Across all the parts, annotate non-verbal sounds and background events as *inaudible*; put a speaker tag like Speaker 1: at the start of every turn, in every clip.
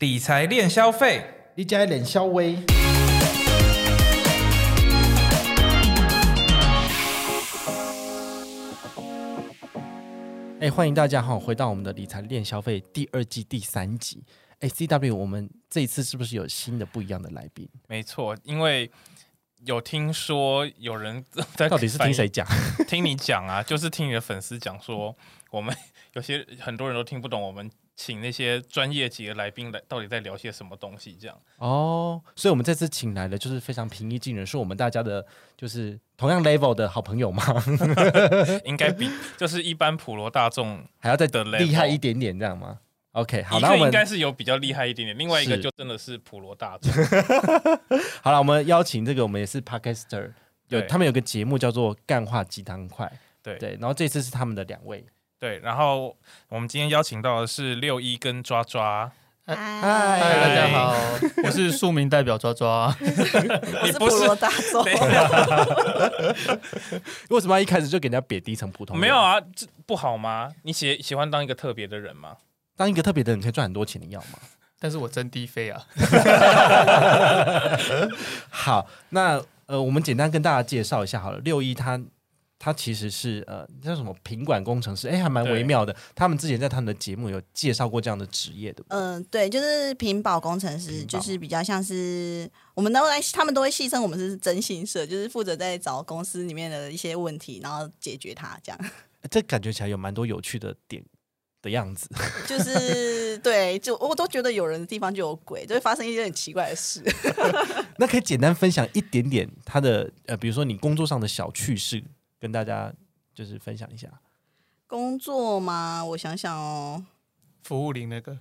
Speaker 1: 理财练消费，
Speaker 2: 你家脸稍微哎，欢迎大家哈，回到我们的理财练消费第二季第三集。哎，CW，我们这一次是不是有新的不一样的来宾？
Speaker 1: 没错，因为有听说有人
Speaker 2: *laughs*
Speaker 1: 在
Speaker 2: 到底是
Speaker 1: 反
Speaker 2: 听
Speaker 1: 映
Speaker 2: 谁讲？
Speaker 1: 听你讲啊，就是听你的粉丝讲说，我们有些很多人都听不懂，我们请那些专业级的来宾来到底在聊些什么东西，这样
Speaker 2: 哦，所以我们这次请来的就是非常平易近人，是我们大家的就是同样 level 的好朋友 *laughs* 嘛，呃
Speaker 1: 应该比就是一般普罗大众，
Speaker 2: 还要再
Speaker 1: 的 level
Speaker 2: 厉害一点点，这样吗？OK，好，
Speaker 1: 一
Speaker 2: 那我
Speaker 1: 个应
Speaker 2: 们
Speaker 1: 该是有比较厉害一点点，另外一个
Speaker 2: 是
Speaker 1: 就真的是普罗大众， *laughs*
Speaker 2: 好了，我们邀请这个我们也是 podcaster，有
Speaker 1: 对
Speaker 2: 他们有个节目叫做《干话鸡汤快》，
Speaker 1: 对
Speaker 2: 对，然后这次是他们的两位，
Speaker 1: 对。然后我们今天邀请到的是六一跟抓抓，
Speaker 2: 嗨
Speaker 1: 哎
Speaker 3: 哎嗨，
Speaker 4: 嗨，大家好， *laughs* 我是庶民代表抓抓。
Speaker 3: 我
Speaker 1: 你
Speaker 3: 是
Speaker 1: 不
Speaker 3: 普
Speaker 1: 是
Speaker 3: 罗大众，
Speaker 1: 等一下
Speaker 2: 为什么要一开始就给人家贬低成普通人？
Speaker 1: 没有啊，这不好吗？你喜喜欢当一个特别的人吗？
Speaker 2: 当一个特别的人可以赚很多钱，你要吗？
Speaker 4: 但是我真低飞啊，
Speaker 2: 好，那呃，我们简单跟大家介绍一下好了。六一他他其实是呃叫什么品管工程师，哎，还蛮
Speaker 1: 对
Speaker 2: 微妙的。他们之前在他们的节目有介绍过这样的职业，对不对？
Speaker 3: 嗯，对，就是屏保工程师，
Speaker 2: 屏保
Speaker 3: 就是比较像是我们都在，他们都会戏称我们是征信社，就是负责在找公司里面的一些问题，然后解决它，这样 *laughs*
Speaker 2: 这感觉起来有蛮多有趣的点的样子。
Speaker 3: 就是对，就我都觉得有人的地方就有鬼，就会发生一些很奇怪的事。 *laughs*
Speaker 2: 那可以简单分享一点点他的呃，比如说你工作上的小趣事，跟大家就是分享一下。
Speaker 3: 工作嘛，我想想哦，
Speaker 4: 服务铃那个，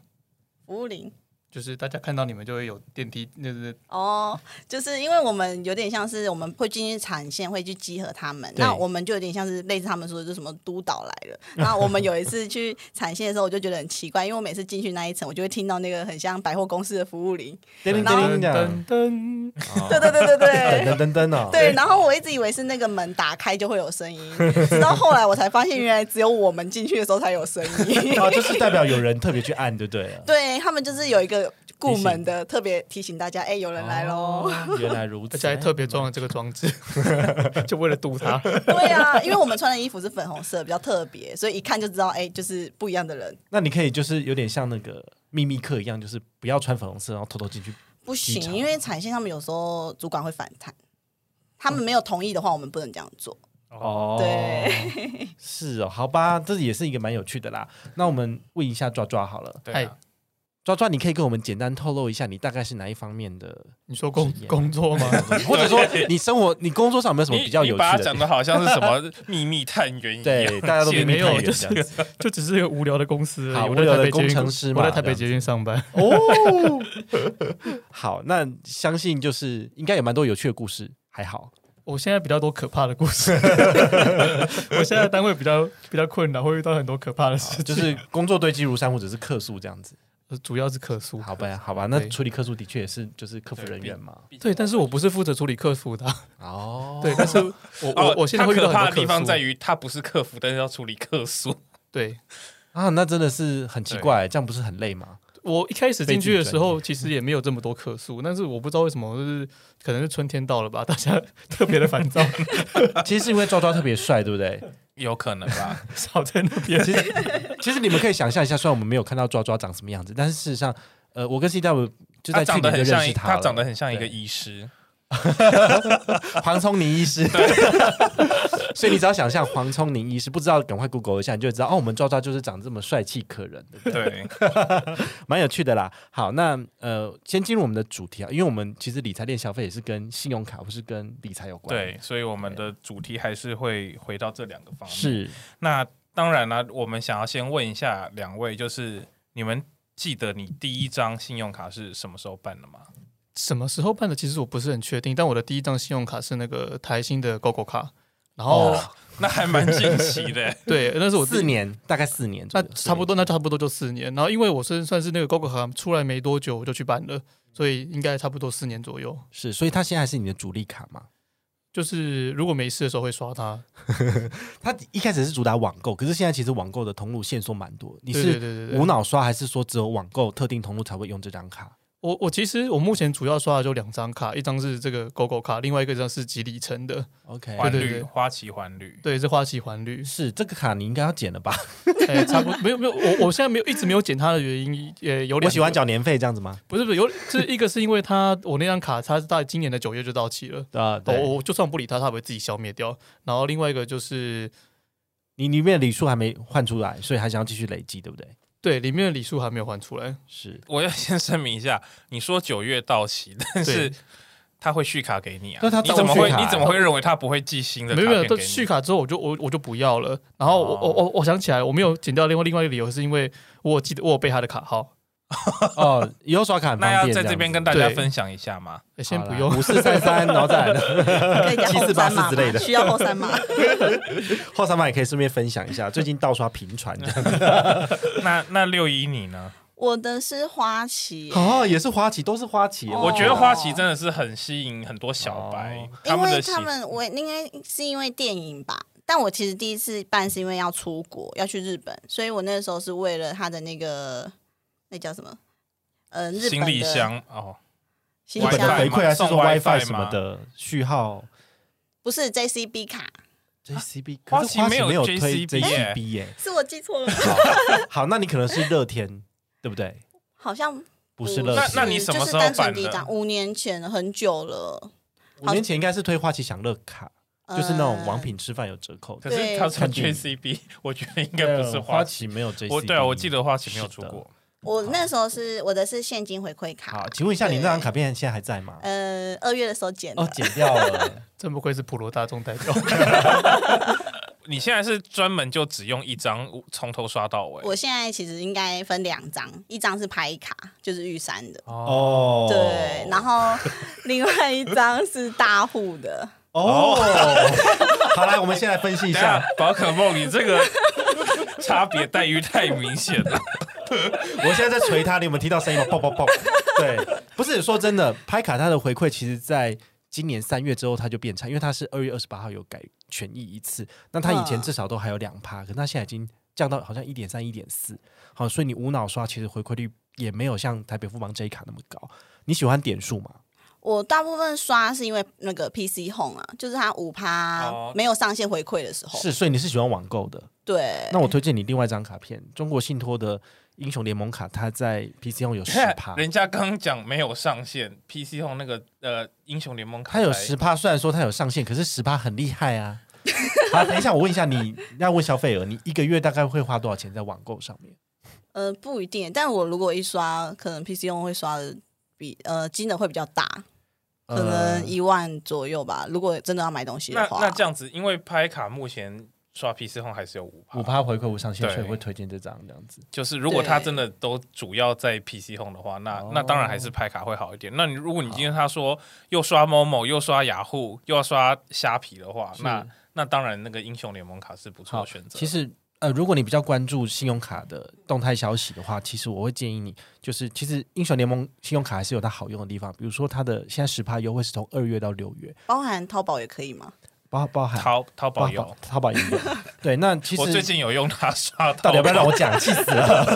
Speaker 3: 服务铃。
Speaker 4: 就是大家看到你们就会有电梯，就是
Speaker 3: 哦，就是因为我们有点像是我们会进去产线，会去集合他们。
Speaker 2: 对
Speaker 3: 那我们就有点像是类似他们说的，就是什么督导来了。那我们有一次去产线的时候，我就觉得很奇怪，因为我每次进去那一层，我就会听到那个很像百货公司的服务铃。
Speaker 2: 叮铃叮铃
Speaker 4: 噔
Speaker 2: 这样
Speaker 4: 噔噔，
Speaker 2: 哦
Speaker 3: 对对对对
Speaker 2: *laughs*
Speaker 3: 对。
Speaker 2: 噔噔噔噔哦，
Speaker 3: 对，然后我一直以为是那个门打开就会有声音，直到后来我才发现，原来只有我们进去的时候才有声音。
Speaker 2: 哦，就是代表有人特别去按，对不对了？
Speaker 3: *laughs* 对他们就是有一个顾门的特别提醒大家，哎，有人来喽。
Speaker 2: 哦， *laughs* 原来如
Speaker 4: 而
Speaker 2: 此，
Speaker 4: 且还特别装了这个装置， *laughs* 就为了堵他。
Speaker 2: *laughs*
Speaker 3: 对啊，因为我们穿的衣服是粉红色，比较特别，所以一看就知道，哎、就是不一样的人。
Speaker 2: 那你可以就是有点像那个秘密课一样，就是不要穿粉红色，然后偷偷进去。
Speaker 3: 不
Speaker 2: 机场
Speaker 3: 行，因为产线他们有时候主管会反弹，
Speaker 2: 嗯
Speaker 3: 他们没有同意的话，我们不能这样做。
Speaker 2: 哦，
Speaker 3: 对，
Speaker 2: 是哦，好吧，这也是一个蛮有趣的啦。那我们问一下抓抓好了，
Speaker 1: 对
Speaker 4: 嗨
Speaker 1: 啊，
Speaker 2: 抓抓，你可以跟我们简单透露一下，你大概是哪一方面
Speaker 4: *laughs*
Speaker 2: 的，
Speaker 4: 你说工
Speaker 2: 职业
Speaker 4: 工作吗？
Speaker 2: 或者说你生活、你工作上有没有什么
Speaker 1: 你
Speaker 2: 比较
Speaker 1: 你
Speaker 2: 有
Speaker 1: 把
Speaker 2: 趣
Speaker 1: 它
Speaker 2: 的
Speaker 1: 讲？的好像是什么 *laughs* 秘密探员一样，
Speaker 2: 对，大家都
Speaker 1: 也
Speaker 2: 秘密
Speaker 4: 没
Speaker 2: 探
Speaker 4: 有，
Speaker 2: 员
Speaker 4: 就是
Speaker 2: 这样子。
Speaker 4: *laughs* 就只是一个无聊的公司而已。
Speaker 2: 好
Speaker 4: 我
Speaker 2: 无
Speaker 4: 在
Speaker 2: 聊的
Speaker 4: 台北捷运
Speaker 2: 工程师嘛
Speaker 4: 我在台
Speaker 2: 这
Speaker 4: 北
Speaker 2: 样子
Speaker 4: 捷运上班。
Speaker 2: 哦，好，那相信就是应该有蛮多有趣的故事，还
Speaker 1: *laughs*
Speaker 2: 好。
Speaker 4: 我现在比较多可怕的
Speaker 2: *laughs*
Speaker 4: 故事，我现在单位比较比较困难，会遇到很多可怕的事
Speaker 1: 啊
Speaker 2: 好
Speaker 4: 情，
Speaker 2: 就是工作堆积如山，或者是客诉这样子。
Speaker 4: 主要是客诉。
Speaker 2: 好吧，好吧，那
Speaker 4: 对
Speaker 2: 处理客诉的确也是就是客服人员嘛。
Speaker 4: 对，但是我不是负责处理客服的啊，
Speaker 2: 哦，
Speaker 4: 对，但是我
Speaker 1: 哦
Speaker 4: 我我现在
Speaker 1: 他
Speaker 4: 会遇到
Speaker 1: 可
Speaker 4: 很
Speaker 1: 怕
Speaker 4: 多
Speaker 1: 的地
Speaker 4: 客
Speaker 1: 方
Speaker 4: 诉
Speaker 1: 在于他不是客服，但是要处理客诉。
Speaker 4: 对
Speaker 2: 啊，那真的是很奇怪，这样不是很累吗？
Speaker 4: 我一开始进去的时候，其实也没有这么多客诉，但是我不知道为什么，就是可能是春天到了吧，大 *laughs* 家特别的烦躁，
Speaker 2: 其实是因为抓抓特别帅，对不
Speaker 1: *laughs*
Speaker 2: 对？
Speaker 1: 有可能 *laughs* 吧，
Speaker 4: 少在那边。
Speaker 2: 其实其实你们可以想象一下，虽然我们没有看到抓抓长什么样子，但是事实上，呃，我跟 CW 就
Speaker 1: 他
Speaker 2: 在去
Speaker 1: 长
Speaker 2: 年
Speaker 1: 得
Speaker 2: 就
Speaker 1: 很
Speaker 2: 认
Speaker 1: 像一，
Speaker 2: 识
Speaker 1: 他
Speaker 2: 了
Speaker 1: 长得很像一个
Speaker 2: 对
Speaker 1: 医师，
Speaker 2: *laughs* 黄聪宁医师， *laughs* 所以你只要想象黄聪宁医师，不知道赶快 Google 一下，你就会知道哦，我们抓抓就是长这么帅气可人，
Speaker 4: *laughs*
Speaker 1: *laughs*
Speaker 2: 对不对
Speaker 1: 对，
Speaker 2: 蛮有趣的啦。好，那呃，先进入我们的主题啊，因为我们其实理财链消费也是跟信用卡或是跟理财有关，
Speaker 1: 对，，所以我们的主题还是会回到这两个方面。，
Speaker 2: 是
Speaker 1: 那当然啦，我们想要先问一下两位，就是你们记得你第一张信用卡是什么时候办的吗？
Speaker 4: 什么时候办的？其实我不是很确定，但我的第一张信用卡是那个台新的 GoGo 卡，然后、，
Speaker 2: 哦
Speaker 1: 那还蛮近期的
Speaker 4: 对，那是我自
Speaker 2: 四
Speaker 4: 己。
Speaker 2: 年，大概四年左
Speaker 4: 那
Speaker 2: 右，
Speaker 4: 差不多，那差不多就四年。然后，因为我是算是那个 GoGo 卡出来没多久，我就去办了，所以应该差不多四年左右。
Speaker 2: 是，所以它现在还是你的主力卡嘛？
Speaker 4: 就是如果没事的时候会刷它。
Speaker 2: 它一开始是主打网购，可是现在其实网购的通路线索蛮多。你
Speaker 4: 对对
Speaker 2: 是
Speaker 4: 对对
Speaker 2: 无
Speaker 4: 对，
Speaker 2: 脑刷，还是说只有网购特定通路才会用这张卡？
Speaker 4: 我我其实我目前主要刷的就两张卡，一张是这个狗狗卡，另外一个张是集里程的，
Speaker 2: OK，。
Speaker 1: *laughs* 环
Speaker 4: 对对
Speaker 1: 绿
Speaker 4: 对
Speaker 1: 花旗环绿，
Speaker 4: 对，是花旗环绿
Speaker 2: 是这个卡你应该要剪了吧？
Speaker 4: 哎、差不多没有没有，我我现在没有一直没有剪它的原因，也有两个
Speaker 2: 我喜欢缴年费这样子吗？
Speaker 4: 不是不是有，这一个是因为它我那张卡它是在今年的九月就到期了。
Speaker 2: 啊，
Speaker 4: 我
Speaker 2: 对，
Speaker 4: 我就算不理它，它也会自己消灭掉。然后另外一个就是，
Speaker 2: 你里面的礼数还没换出来，所以还想要继续累积，对不对？
Speaker 4: 对，里面的礼数还没有还出来。
Speaker 2: 是
Speaker 1: 我要先声明一下，你说九月到期，但是他会续卡给你啊？
Speaker 2: 但他
Speaker 1: 你怎么
Speaker 2: 照
Speaker 1: 会
Speaker 2: 续卡
Speaker 1: 你怎么会认为他不会寄新的
Speaker 4: 没
Speaker 1: 卡
Speaker 4: 有没
Speaker 1: 片
Speaker 4: 有，
Speaker 1: 给
Speaker 4: 都
Speaker 1: 你？
Speaker 4: 续卡之后我就我我就不要了。然后我
Speaker 1: 哦
Speaker 4: 我我我想起来，我没有剪掉另外另外一个理由，是因为我有记得我有背他的卡号。
Speaker 2: *laughs* 哦，以后刷卡很
Speaker 1: 那
Speaker 2: 方
Speaker 1: 要
Speaker 2: 便
Speaker 1: 在
Speaker 2: 这
Speaker 1: 这边
Speaker 2: 样
Speaker 1: 跟
Speaker 2: 子
Speaker 1: 大家
Speaker 4: 对
Speaker 1: 分享一下嘛。
Speaker 4: 诶哎先不
Speaker 2: 好啦
Speaker 4: 用，
Speaker 2: 五四三三，然后再来的
Speaker 3: 可以加后
Speaker 2: 7484
Speaker 3: 三码
Speaker 2: 之类的
Speaker 3: 吗？需要后三码。
Speaker 2: *laughs* 后三码也可以顺便分享一下，最近盗刷频传这样子
Speaker 1: 那那六一你呢？
Speaker 3: 我的是花旗，
Speaker 2: 哦，也是花旗，都是花旗。
Speaker 3: 哦
Speaker 1: 我觉得花旗真的是很吸引很多小白，
Speaker 2: 哦
Speaker 1: 他
Speaker 3: 因
Speaker 1: 们的
Speaker 3: 为
Speaker 1: 喜
Speaker 3: 他们我应该是因为电影吧。但我其实第一次办是因为要出国，要去日本，所以我那时候是为了他的那个那叫什么，呃，日本
Speaker 1: 行
Speaker 3: 的
Speaker 1: 李箱哦，
Speaker 3: 行
Speaker 2: 日
Speaker 3: 李
Speaker 2: 本的
Speaker 1: 嘛
Speaker 2: 回
Speaker 3: 箱
Speaker 2: 馈还是
Speaker 1: 送
Speaker 2: 说
Speaker 1: WiFi
Speaker 2: WiFi 什么
Speaker 1: 嘛
Speaker 2: 的序号
Speaker 3: 不是 JCB 卡，
Speaker 2: JCB，
Speaker 1: 花
Speaker 2: 可是
Speaker 1: 旗
Speaker 2: 花
Speaker 1: 没
Speaker 2: 旗
Speaker 1: 有
Speaker 2: 没有推
Speaker 1: JCB 耶
Speaker 2: JCB 耶。
Speaker 3: 是我记错了吗， *laughs*
Speaker 2: 好好，那你可能是乐天，对不对？
Speaker 3: 好像
Speaker 2: 不是乐
Speaker 1: 那
Speaker 2: 天，
Speaker 1: 那你什么时候
Speaker 3: 就是单
Speaker 1: 办
Speaker 3: 纯第一
Speaker 1: 的
Speaker 3: 张，五年前了很久了，
Speaker 2: 五年前应该是推花旗享乐卡，就是那种王
Speaker 3: 呃
Speaker 2: 品吃饭有折扣
Speaker 1: 可
Speaker 2: 的。
Speaker 1: 是
Speaker 3: 对
Speaker 1: 他是
Speaker 2: 看电影
Speaker 1: JCB，我 *laughs* 觉得应该不是
Speaker 2: 呃
Speaker 1: 花
Speaker 2: 花
Speaker 1: 旗。
Speaker 2: 旗没有 JCB。
Speaker 1: 我对啊，我记得花旗没有
Speaker 2: 是
Speaker 1: 出
Speaker 2: 的
Speaker 1: 过。
Speaker 3: 我那时候是我的是现金回馈卡
Speaker 2: 好，，请问一下，你那张
Speaker 3: 对
Speaker 2: 卡片现在还在吗？
Speaker 3: 呃，二月的时候剪的，
Speaker 2: 哦，剪掉了。
Speaker 4: 真不愧是普罗大众代表。
Speaker 1: 你现在是专门就只用一张从头刷到尾？
Speaker 3: 我现在其实应该分两张，一张是拍卡，就是玉山的，
Speaker 2: *laughs* 哦，
Speaker 3: 对，
Speaker 2: *laughs*
Speaker 3: 然后另外一张是大户的，
Speaker 2: 哦， *laughs* 好来，我们先来分析一
Speaker 1: 等一下
Speaker 2: 下。
Speaker 1: 宝可梦，你这
Speaker 2: *laughs*
Speaker 1: 个差别待遇太明显了。
Speaker 2: 我现在在捶他，你有没有听到声音吗？爆爆爆！对，不是说真的，拍卡它的回馈其实在今年三月之后它就变差，因为它是二月二十八号有改权益一次，那它以前
Speaker 3: 嗯
Speaker 2: 至少都还有两趴，可是它现在已经降到好像一点三、一点四，好，所以你无脑刷其实回馈率也没有像台北富邦这一卡那么高。你喜欢点数吗？
Speaker 3: 我大部分刷是因为那个 PC Home 啊，就是它五趴
Speaker 1: 哦，
Speaker 3: 没有上线回馈的时候，
Speaker 2: 是，所以你是喜欢网购的。
Speaker 3: 对，
Speaker 2: 那我推荐你另外一张卡片，中国信托的英雄联盟卡，它在 PC 用有十趴
Speaker 1: *laughs* 人家刚讲没有上线 PC 用那个呃英雄联盟卡
Speaker 2: 它
Speaker 1: 牌，
Speaker 2: 有十趴，虽然说它有上限，可是十趴很厉害
Speaker 3: *laughs*
Speaker 2: 啊。好，等一下，我问一下你，要问消费额，你一个月大概会花多少钱在网购上面？
Speaker 3: 呃，不一定，但我如果一刷，可能 PC Home 会刷的比呃金额会比较大，可
Speaker 2: 呃
Speaker 3: 能一万左右吧。如果真的要买东西
Speaker 1: 那
Speaker 3: 的话，
Speaker 1: 那这样子，因为拍卡目前刷 PC 用还是有五
Speaker 2: 五趴回馈无上限，
Speaker 1: 对
Speaker 2: 所以会推荐这张这样子。
Speaker 1: 就是如果他真的都主要在 PC Home 的话，那、
Speaker 2: 哦
Speaker 1: 那当然还是拍卡会好一点。那你如果你今天他说又刷某某，又刷雅虎，又要刷虾皮的话，
Speaker 2: 是
Speaker 1: 那那当然那个英雄联盟卡是不错
Speaker 2: 好
Speaker 1: 的选择。
Speaker 2: 其实呃，如果你比较关注信用卡的动态消息的话，其实我会建议你，就是其实英雄联盟信用卡还是有它好用的地方，比如说它的现在十趴优惠是从二月到六月，
Speaker 3: 包含淘宝也可以吗？
Speaker 2: 包包含
Speaker 1: 淘淘宝有，
Speaker 2: 淘淘宝也有。
Speaker 1: *laughs*
Speaker 2: 对，那其实
Speaker 1: 我最近有用它刷
Speaker 2: 到底
Speaker 1: 淘宝
Speaker 2: 要不要让我讲？气死
Speaker 1: *laughs*
Speaker 2: 了！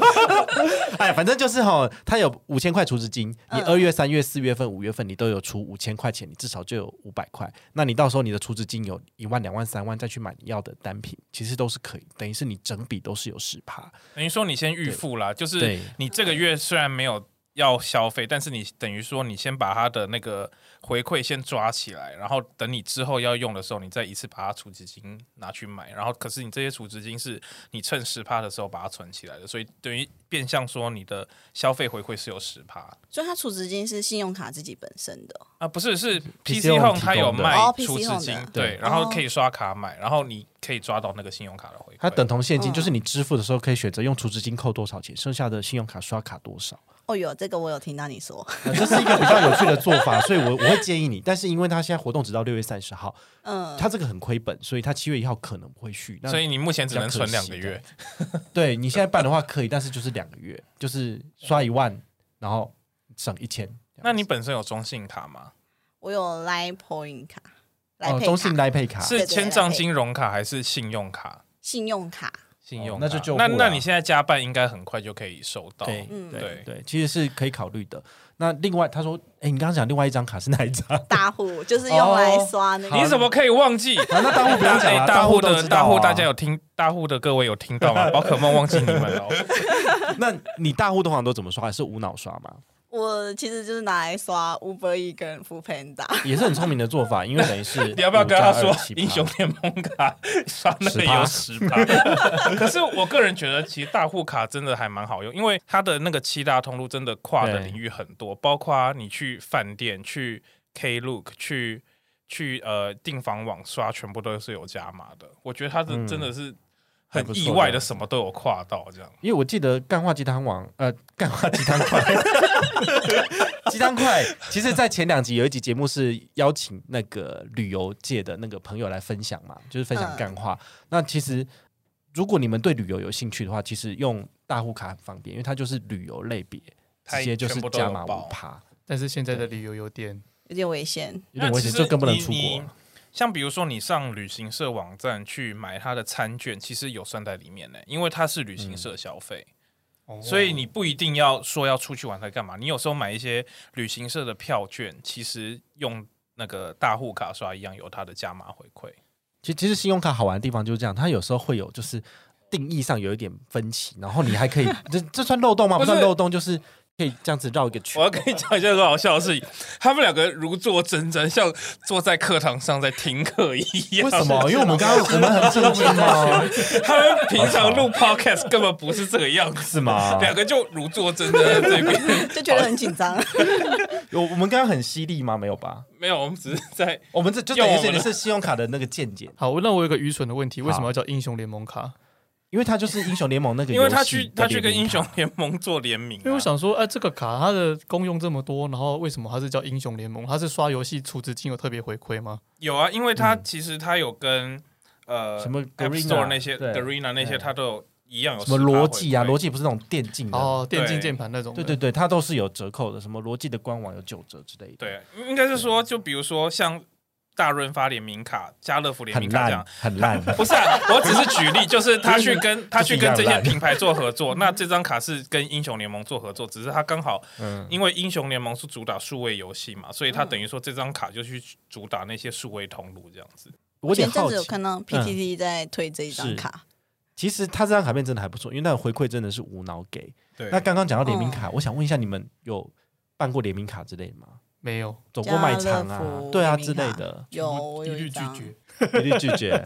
Speaker 2: 哎，反正就是哈、它有五千块储值金，你
Speaker 3: 嗯
Speaker 2: 二月、三月、四月份、五月份你都有出五千块钱，你至少就有五百块。那你到时候你的储值金有一万、两万、三万，再去买你要的单品，其实都是可以，等于是你整笔都是有十趴。
Speaker 1: 等于说你先预付啦，就是
Speaker 2: 对
Speaker 1: 你这个月虽然没有要消费，但是你等于说你先把它的那个回馈先抓起来，然后等你之后要用的时候，你再一次把它储值金拿去买。然后可是你这些储值金是你趁十趴的时候把它存起来的，所以等于变相说你的消费回馈是有十趴。
Speaker 3: 所以它储值金是信用卡自己本身的。
Speaker 1: 啊，不是，是
Speaker 2: PC
Speaker 1: PC
Speaker 2: Home
Speaker 1: Home 它
Speaker 2: 提
Speaker 1: 有
Speaker 2: 供的
Speaker 1: 卖
Speaker 3: 哦
Speaker 1: 储
Speaker 3: PC
Speaker 1: 值
Speaker 3: Home
Speaker 1: 金嗯
Speaker 3: 的，
Speaker 1: 对
Speaker 2: 对，
Speaker 1: 然后
Speaker 3: 哦
Speaker 1: 可以刷卡买，然后你可以抓到那个信用卡的回馈。
Speaker 2: 它等同现金，
Speaker 3: 嗯
Speaker 2: 就是你支付的时候可以选择用储值金扣多少钱，剩下的信用卡刷卡多少。
Speaker 3: 哦哟，这个我有听到你说，
Speaker 2: 呃这是一个比较有趣的做法，所以我我会建议你。但是因为它现在活动只到六月三十号，
Speaker 3: 嗯，
Speaker 2: 它这个很亏本，所以它七月一号可能不会续。那
Speaker 1: 所以你目前只能
Speaker 2: 比较可
Speaker 1: 存
Speaker 2: 惜
Speaker 1: 两个
Speaker 2: 的
Speaker 1: 月，
Speaker 2: 对你现在办的话可以，但是就是两个月，就是刷一万，然后省一千。
Speaker 1: 那你本身有中信卡吗？
Speaker 3: 我有 Line Point 卡，来
Speaker 2: 哦，
Speaker 3: 配
Speaker 2: 中信
Speaker 3: 卡
Speaker 2: 来配卡
Speaker 3: 对
Speaker 1: 是
Speaker 3: 对
Speaker 1: 千账
Speaker 3: 来
Speaker 1: 金融卡还是信用卡？
Speaker 3: 信用卡，
Speaker 1: 信用
Speaker 2: 哦
Speaker 1: 卡、
Speaker 2: 那就救
Speaker 1: 那
Speaker 2: 护
Speaker 1: 那
Speaker 2: 啦
Speaker 1: 你现在加办应该很快就可以收到。
Speaker 2: 对
Speaker 3: 嗯
Speaker 2: 对
Speaker 1: 对
Speaker 2: 对，其实是可以考虑的。那另外他说，哎，你刚刚讲另外一张卡是哪一张？ *laughs*
Speaker 3: 大户就是
Speaker 2: 哦
Speaker 3: 用来刷那
Speaker 1: 你
Speaker 3: 个。
Speaker 1: 怎么可以
Speaker 2: *laughs*
Speaker 1: 忘记？
Speaker 2: 啊那大户不用讲
Speaker 1: 哎
Speaker 2: 了，
Speaker 1: 大
Speaker 2: 户
Speaker 1: 户
Speaker 2: 都
Speaker 1: 的
Speaker 2: 知道啊
Speaker 1: 大户，大家
Speaker 2: 有。
Speaker 1: 有听大户的各位有听到吗？宝可梦忘记你们了哦，
Speaker 2: 那你大户通常都怎么刷？还是无脑刷吗？
Speaker 3: 我其实就是拿来刷 Uber E 跟 f o o Panda，
Speaker 2: 也是很聪明的做法，因为等于是
Speaker 1: *laughs* 你要不要跟他
Speaker 2: 5
Speaker 1: 说
Speaker 2: 加2 7
Speaker 1: 英雄联盟卡 *laughs* 刷那个
Speaker 2: 10%
Speaker 1: 有十趴？可是我个人觉得，其实大户卡真的还蛮好用，因为它的那个七大通路真的跨的领域很多，包括你去饭店、去 Klook、去去呃订房网刷，全部都是有加码的。我觉得它的
Speaker 2: 嗯
Speaker 1: 真的是
Speaker 2: 还
Speaker 1: 很
Speaker 2: 不错
Speaker 1: 意外
Speaker 2: 的
Speaker 1: 的，什么都有跨到这样。
Speaker 2: 因为我记得干化鸡汤王，呃，干化鸡汤块， *laughs* 鸡汤块，其实，在前两集有一集节目是邀请那个旅游界的那个朋友来分享嘛，就是分享
Speaker 3: 嗯
Speaker 2: 干话。那其实，如果你们对旅游有兴趣的话，其实用大户卡很方便，因为它就是旅游类别，
Speaker 1: 它
Speaker 2: 直接就是
Speaker 1: 全部都有
Speaker 2: 加码
Speaker 1: 包
Speaker 2: 五趴，
Speaker 4: 但是现在的旅游有点，
Speaker 3: 有点危险。
Speaker 2: 有点危险，
Speaker 1: 那其
Speaker 2: 就
Speaker 1: 实
Speaker 2: 更不能出
Speaker 1: 你
Speaker 2: 国
Speaker 1: 你
Speaker 2: 了。
Speaker 1: 像比如说，你上旅行社网站去买它的餐券，其实有算在里面呢，因为它是旅行社消费，所以你不一定要说要出去玩才干嘛。你有时候买一些旅行社的票券，其实用那个大户卡刷一样有它的加码回馈。
Speaker 2: 其其实信用卡好玩的地方就是这样，它有时候会有就是定义上有一点分歧，然后你还可以，这这算漏洞吗？
Speaker 1: 不
Speaker 2: 不
Speaker 1: 是
Speaker 2: 算漏洞，就是可以这样子绕一个
Speaker 1: 我
Speaker 2: 圈。
Speaker 1: 要跟你讲一件很好笑的事情，他们两个如坐针毡，像坐在课堂上在听课一样。
Speaker 2: 为什么？因为我们刚
Speaker 1: *laughs*
Speaker 2: 刚我们很震惊吗？
Speaker 1: 他们平常录 podcast 根本不是这个样子，
Speaker 2: 是吗？
Speaker 1: 两个就如坐针毡在这边。
Speaker 3: 就觉得很紧
Speaker 2: 哦
Speaker 3: 张。
Speaker 2: 有我们刚刚很犀利吗？没有吧？
Speaker 1: 没有，我们只是在
Speaker 2: 我们这就
Speaker 1: 用
Speaker 2: 等于
Speaker 1: 我
Speaker 2: 是
Speaker 1: 们
Speaker 2: 你
Speaker 1: 的
Speaker 2: 是信用卡的那个见解，
Speaker 4: 好，那我有个愚蠢的问题，为什
Speaker 2: 好
Speaker 4: 么要叫英雄联盟卡？
Speaker 2: 因为它就是英雄联盟那个游戏的
Speaker 1: 因为
Speaker 2: 联名
Speaker 1: 他
Speaker 2: 卡，
Speaker 1: 去他去跟英雄联盟做联名啊、
Speaker 4: 因为我想说，哎、这个卡它的功用这么多，然后为什么它是叫英雄联盟？它是刷游戏储值金有特别回馈吗？
Speaker 1: 有啊，因为他
Speaker 2: 嗯
Speaker 1: 其实他有跟呃
Speaker 2: 什么
Speaker 1: App
Speaker 2: Garena，啊
Speaker 1: Store 那些
Speaker 2: 对
Speaker 1: Garena 那
Speaker 2: 对
Speaker 1: 些他都有一样有
Speaker 2: 什么逻
Speaker 1: 10%
Speaker 2: 辑啊，
Speaker 1: 回馈
Speaker 2: 逻辑不是那种电竞的，
Speaker 4: 哦，电竞
Speaker 1: 对
Speaker 4: 键盘那种
Speaker 2: 嗯
Speaker 4: 的。
Speaker 2: 对对对，它都是有折扣的，什么逻辑的官网有九折之类的，
Speaker 1: 对，啊应该是说就比如说像大润发联名卡、家乐福联
Speaker 2: 很
Speaker 1: 名卡这
Speaker 2: 烂
Speaker 1: 样。
Speaker 2: 很烂。
Speaker 3: *laughs*
Speaker 1: 不是啊，我只是举例，就是他去
Speaker 2: *laughs*
Speaker 1: 跟他去跟这
Speaker 2: 一
Speaker 1: 些
Speaker 2: 样烂
Speaker 1: 品牌做合作，那这张卡是跟英雄联盟做合作，只是他刚好
Speaker 2: 嗯，
Speaker 1: 因为英雄联盟是主打数位游戏嘛，所以他等于说这张卡就去主打那些数位通路这样子。
Speaker 2: 我有点
Speaker 3: 前阵
Speaker 2: 好奇
Speaker 3: 子
Speaker 2: 嗯
Speaker 3: 有。看到 PTT 在推这一张卡，
Speaker 2: 其实他这张卡片真的还不错，因为那个回馈真的是无脑给。
Speaker 1: 对，
Speaker 2: 那刚刚讲到联名
Speaker 3: 哦
Speaker 2: 卡，我想问一下，你们有办过联名卡之类的吗？
Speaker 4: 没有，
Speaker 2: 走过卖场
Speaker 3: 家
Speaker 2: 啊
Speaker 3: 乐，福
Speaker 2: 对啊
Speaker 3: 联
Speaker 2: 之
Speaker 3: 名卡
Speaker 2: 类的，
Speaker 3: 有哦我
Speaker 4: 一
Speaker 3: 有
Speaker 4: 律
Speaker 3: 一
Speaker 4: 拒
Speaker 3: 张，
Speaker 4: 绝，
Speaker 2: 一 *laughs* 律拒绝。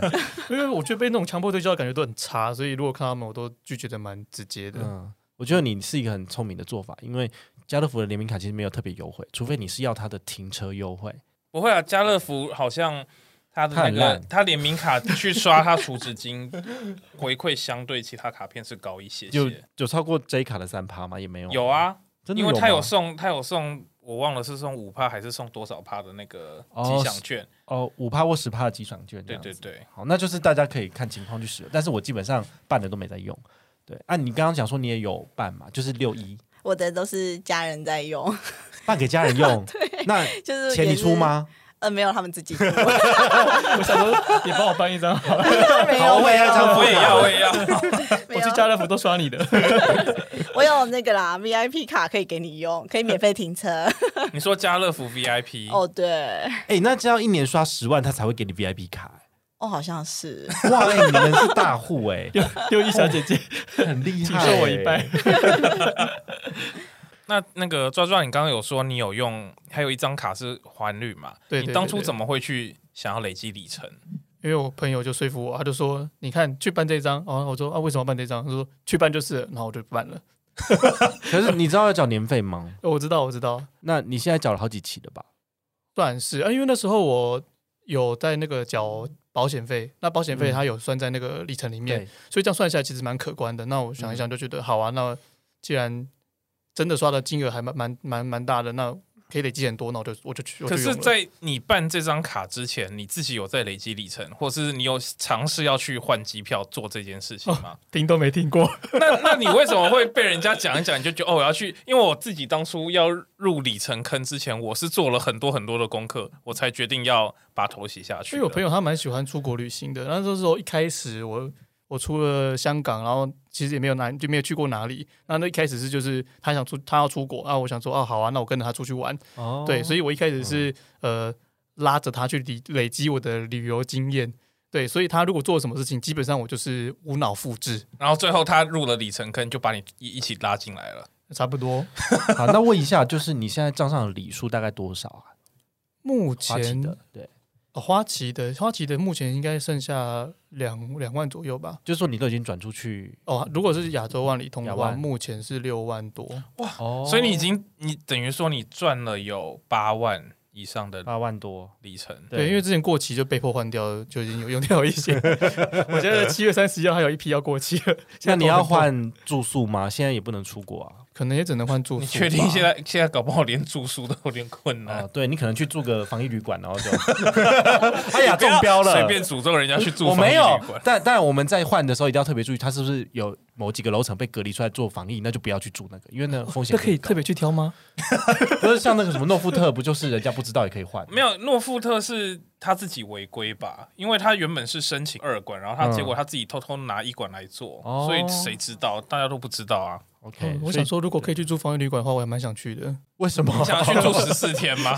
Speaker 4: 因为我觉得被那种强迫对焦的感觉都很差，所以如果看他们，我都拒绝的蛮直接的。
Speaker 2: 嗯，我觉得你是一个很聪明的做法，因为家乐福的联名卡其实没有特别优惠，除非你是要它的停车优惠。
Speaker 1: 不会啊，家乐福好像他的
Speaker 2: 它
Speaker 1: 那
Speaker 2: 很
Speaker 1: 个
Speaker 2: 烂
Speaker 1: 他联名卡去刷他储值金回馈相对其他卡片是高一些
Speaker 2: 有
Speaker 1: 些。
Speaker 2: 有超过 J 卡的三趴吗？也没有。
Speaker 1: 有，啊，
Speaker 2: 哦真的
Speaker 1: 因为他
Speaker 2: 吗
Speaker 1: 有送他有送，我忘了是送五趴还是送多少趴的那个
Speaker 2: 哦
Speaker 1: 吉祥券。
Speaker 2: 哦五趴或十趴的机场券。
Speaker 1: 对对。对，
Speaker 2: 好，那就是大家可以看情况去使用，但是我基本上办的都没在用。对，啊，你刚刚讲说你也有办嘛，就是六一
Speaker 3: 我的都是家人在用， *laughs*
Speaker 2: 办给家人用，那
Speaker 3: 就是
Speaker 2: 钱
Speaker 3: 也
Speaker 2: 你
Speaker 3: 是
Speaker 2: 出？吗？
Speaker 3: 呃，没有，他们自己出，
Speaker 4: 我想说，你帮我办一张好了，
Speaker 3: 没有，
Speaker 2: 好我也要这样
Speaker 1: 我也要我也要。
Speaker 3: *laughs*
Speaker 1: *laughs*
Speaker 3: 没
Speaker 4: 我
Speaker 3: 有
Speaker 4: 去家乐福都刷你的。 *laughs*
Speaker 3: 我有那个啦，VIP 卡可以给你用，可以免费停车。
Speaker 1: 你说家乐福 VIP，
Speaker 3: 哦，对，
Speaker 2: 哎、那这样一年刷十万，他才会给你 VIP 卡、
Speaker 3: 哦，好像是。
Speaker 2: 欸。哇，哎、你们是大户
Speaker 1: *laughs*
Speaker 2: 哎、
Speaker 4: 六六一小姐姐，
Speaker 2: 很厉
Speaker 4: 请
Speaker 2: 害、欸。
Speaker 4: 受我一拜。
Speaker 1: 那那个抓抓，你刚刚有说你有用，还有一张卡是还率嘛？
Speaker 4: 对对
Speaker 1: 你当
Speaker 4: 对
Speaker 1: 初
Speaker 4: 对
Speaker 1: 怎么会去想要累积里程？
Speaker 4: 因为我朋友就说服我，他就说：“你看，去办这张。”然后我说：“啊，为什么要办这张？”他说：“去办就是了。”然后我就办了。
Speaker 2: 可是你知道要缴年费吗？
Speaker 4: 哦我知道，我知道，
Speaker 2: 那你现在缴了好几期了吧？
Speaker 4: 算是啊，因为那时候我有在那个缴保险费，那保险费
Speaker 2: 嗯
Speaker 4: 它有算在那个里程里面，，所以这样算下来其实蛮可观的。那我想一想就觉得，好啊，那既然真的刷的金额还蛮蛮蛮蛮大的，那可以累积很多，那我就我就去。我就
Speaker 1: 可是，
Speaker 4: 用了
Speaker 1: 在你办这张卡之前，你自己有在累积里程，或是你有尝试要去换机票做这件事
Speaker 4: 哦
Speaker 1: 情吗？ *laughs*
Speaker 4: 听都没听过，
Speaker 1: 那那你为什么会被人家讲一讲，你就觉得哦，我要去？因为我自己当初要入里程坑之前，我是做了很多很多的功课，我才决定要把头洗下去
Speaker 4: 因
Speaker 1: 的。
Speaker 4: 为我朋友他蛮喜欢出国旅行的。那时候一开始我我出了香港，然后其实也没有哪就没有去过哪里。那那一开始是就是他想出他要出国啊，我想说啊好啊，那我跟着他出去玩。
Speaker 2: 哦
Speaker 4: 对，所以我一开始是、呃拉着他去累累积我的旅游经验。对，所以他如果做了什么事情，基本上我就是无脑复制，
Speaker 1: 然后最后他入了里程坑，就把你一一起拉进来了。
Speaker 4: 差不多。
Speaker 2: 好，那问一下，就是你现在账上的礼数大概多少啊？
Speaker 4: 目
Speaker 2: 花旗
Speaker 4: 前
Speaker 2: 的，对，
Speaker 4: 哦花旗的花旗的目前应该剩下两两万左右吧。
Speaker 2: 就是说你都已经转出去
Speaker 4: 哦，如果是亚洲万里通的
Speaker 2: 亚
Speaker 4: 话，
Speaker 2: 万
Speaker 4: 目前是六万多。
Speaker 2: 哦
Speaker 1: 所以你已经你等于说你赚了有八万以上的
Speaker 2: 八万多，
Speaker 1: 里程，
Speaker 4: 对，因为之前过期就被迫换掉了，就已经有用掉一些。我现在七月三十一号还有一批要过期了，现
Speaker 2: 那
Speaker 4: 在
Speaker 2: 你要
Speaker 4: 都很多，
Speaker 2: 换住宿吗？现在也不能出 *laughs* 国啊。
Speaker 4: 可能也只能换住宿吧。
Speaker 1: 你确定现在现在搞不好连住宿都有点困难
Speaker 2: 啊，？对你可能去住个防疫旅馆，然 *laughs* 后就，哎呀，
Speaker 1: 不要
Speaker 2: 中标了，
Speaker 1: 随便诅咒人家去住
Speaker 2: 我
Speaker 1: 防疫
Speaker 2: 没有
Speaker 1: 旅馆，。
Speaker 2: 但但我们在换的时候一定要特别注意，它是不是有某几个楼层被隔离出来做防疫，那就不要去住那个，因为 *laughs* 那个风险
Speaker 4: 这可以
Speaker 2: 高
Speaker 4: 特别，去挑吗？
Speaker 2: 不是像那个什么诺富特，不就是人家不知道也可以换？
Speaker 1: 没有，诺富特是他自己违规吧？因为他原本是申请二管，然后他
Speaker 2: 嗯
Speaker 1: 结果他自己偷偷拿一管来做，
Speaker 2: 哦
Speaker 1: 所以谁知道？大家都不知道啊！
Speaker 2: ，OK，
Speaker 4: 哦
Speaker 2: 所
Speaker 4: 我
Speaker 2: 以
Speaker 4: 想说，如果可以去住防疫旅馆的话，我还蛮想去的，
Speaker 2: 为什么
Speaker 1: 你想要去住十四天
Speaker 2: *laughs*
Speaker 1: 吗？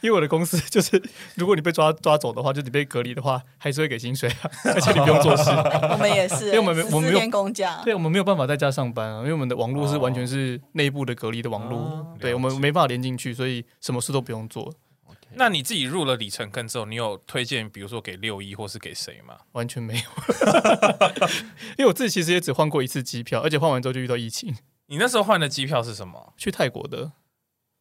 Speaker 4: 因为我的公司就是， *laughs* 如果你被抓抓走的话，就你被隔离的话，还是会给薪水啊， *laughs* 而且你不用做事。
Speaker 3: 我们也是，
Speaker 4: 因为我们没我们
Speaker 3: 四
Speaker 4: 没有
Speaker 3: 天工假，
Speaker 4: 对，我们没有办法在家上班啊，因为我们的网络是完全是内部的隔离的网络，
Speaker 2: 哦
Speaker 4: 对
Speaker 1: 了
Speaker 4: 我们没办法连进去，所以什么事都不用做，
Speaker 1: 那你自己入了里程坑之后，你有推荐，比如说给六一或是给谁吗？
Speaker 4: 完全没有。 *laughs* 因为我自己其实也只换过一次机票，而且换完之后就遇到疫情，
Speaker 1: 你那时候换的机票是什么？
Speaker 4: 去泰国的，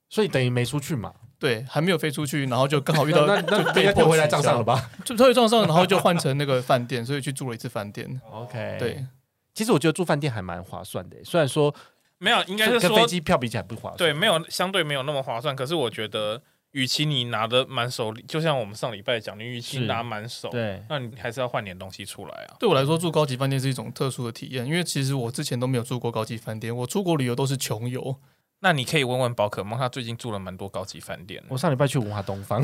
Speaker 2: 所以等于没出去嘛？
Speaker 4: 对，还没有飞出去，然后就刚好遇
Speaker 2: 那
Speaker 4: 到
Speaker 2: 那那
Speaker 4: 被
Speaker 2: 应该
Speaker 4: 迫
Speaker 2: 回来
Speaker 4: 取消
Speaker 2: 账上了吧
Speaker 4: 就特别撞上，然后就换成那个饭店，所以去住了一次
Speaker 2: *laughs*
Speaker 4: 饭店。
Speaker 2: ？OK，
Speaker 4: 对，，
Speaker 2: 其实我觉得住饭店还蛮划算的，欸虽然说
Speaker 1: 没有，应该是
Speaker 2: 跟飞
Speaker 1: 说
Speaker 2: 机票比起来不划算。
Speaker 1: 对，没有相对没有那么划算。可是我觉得，与其你拿的满手，就像我们上礼拜讲，你与其
Speaker 2: 是
Speaker 1: 拿满手，
Speaker 2: 对，
Speaker 1: 那你还是要换点东西出来啊。
Speaker 4: 对我来说，住高级饭店是一种特殊的体验，因为其实我之前都没有住过高级饭店，我出国旅游都是穷游。
Speaker 1: 那你可以问问宝可梦，他最近住了蛮多高级饭店的。
Speaker 2: 我上礼拜去文华东方，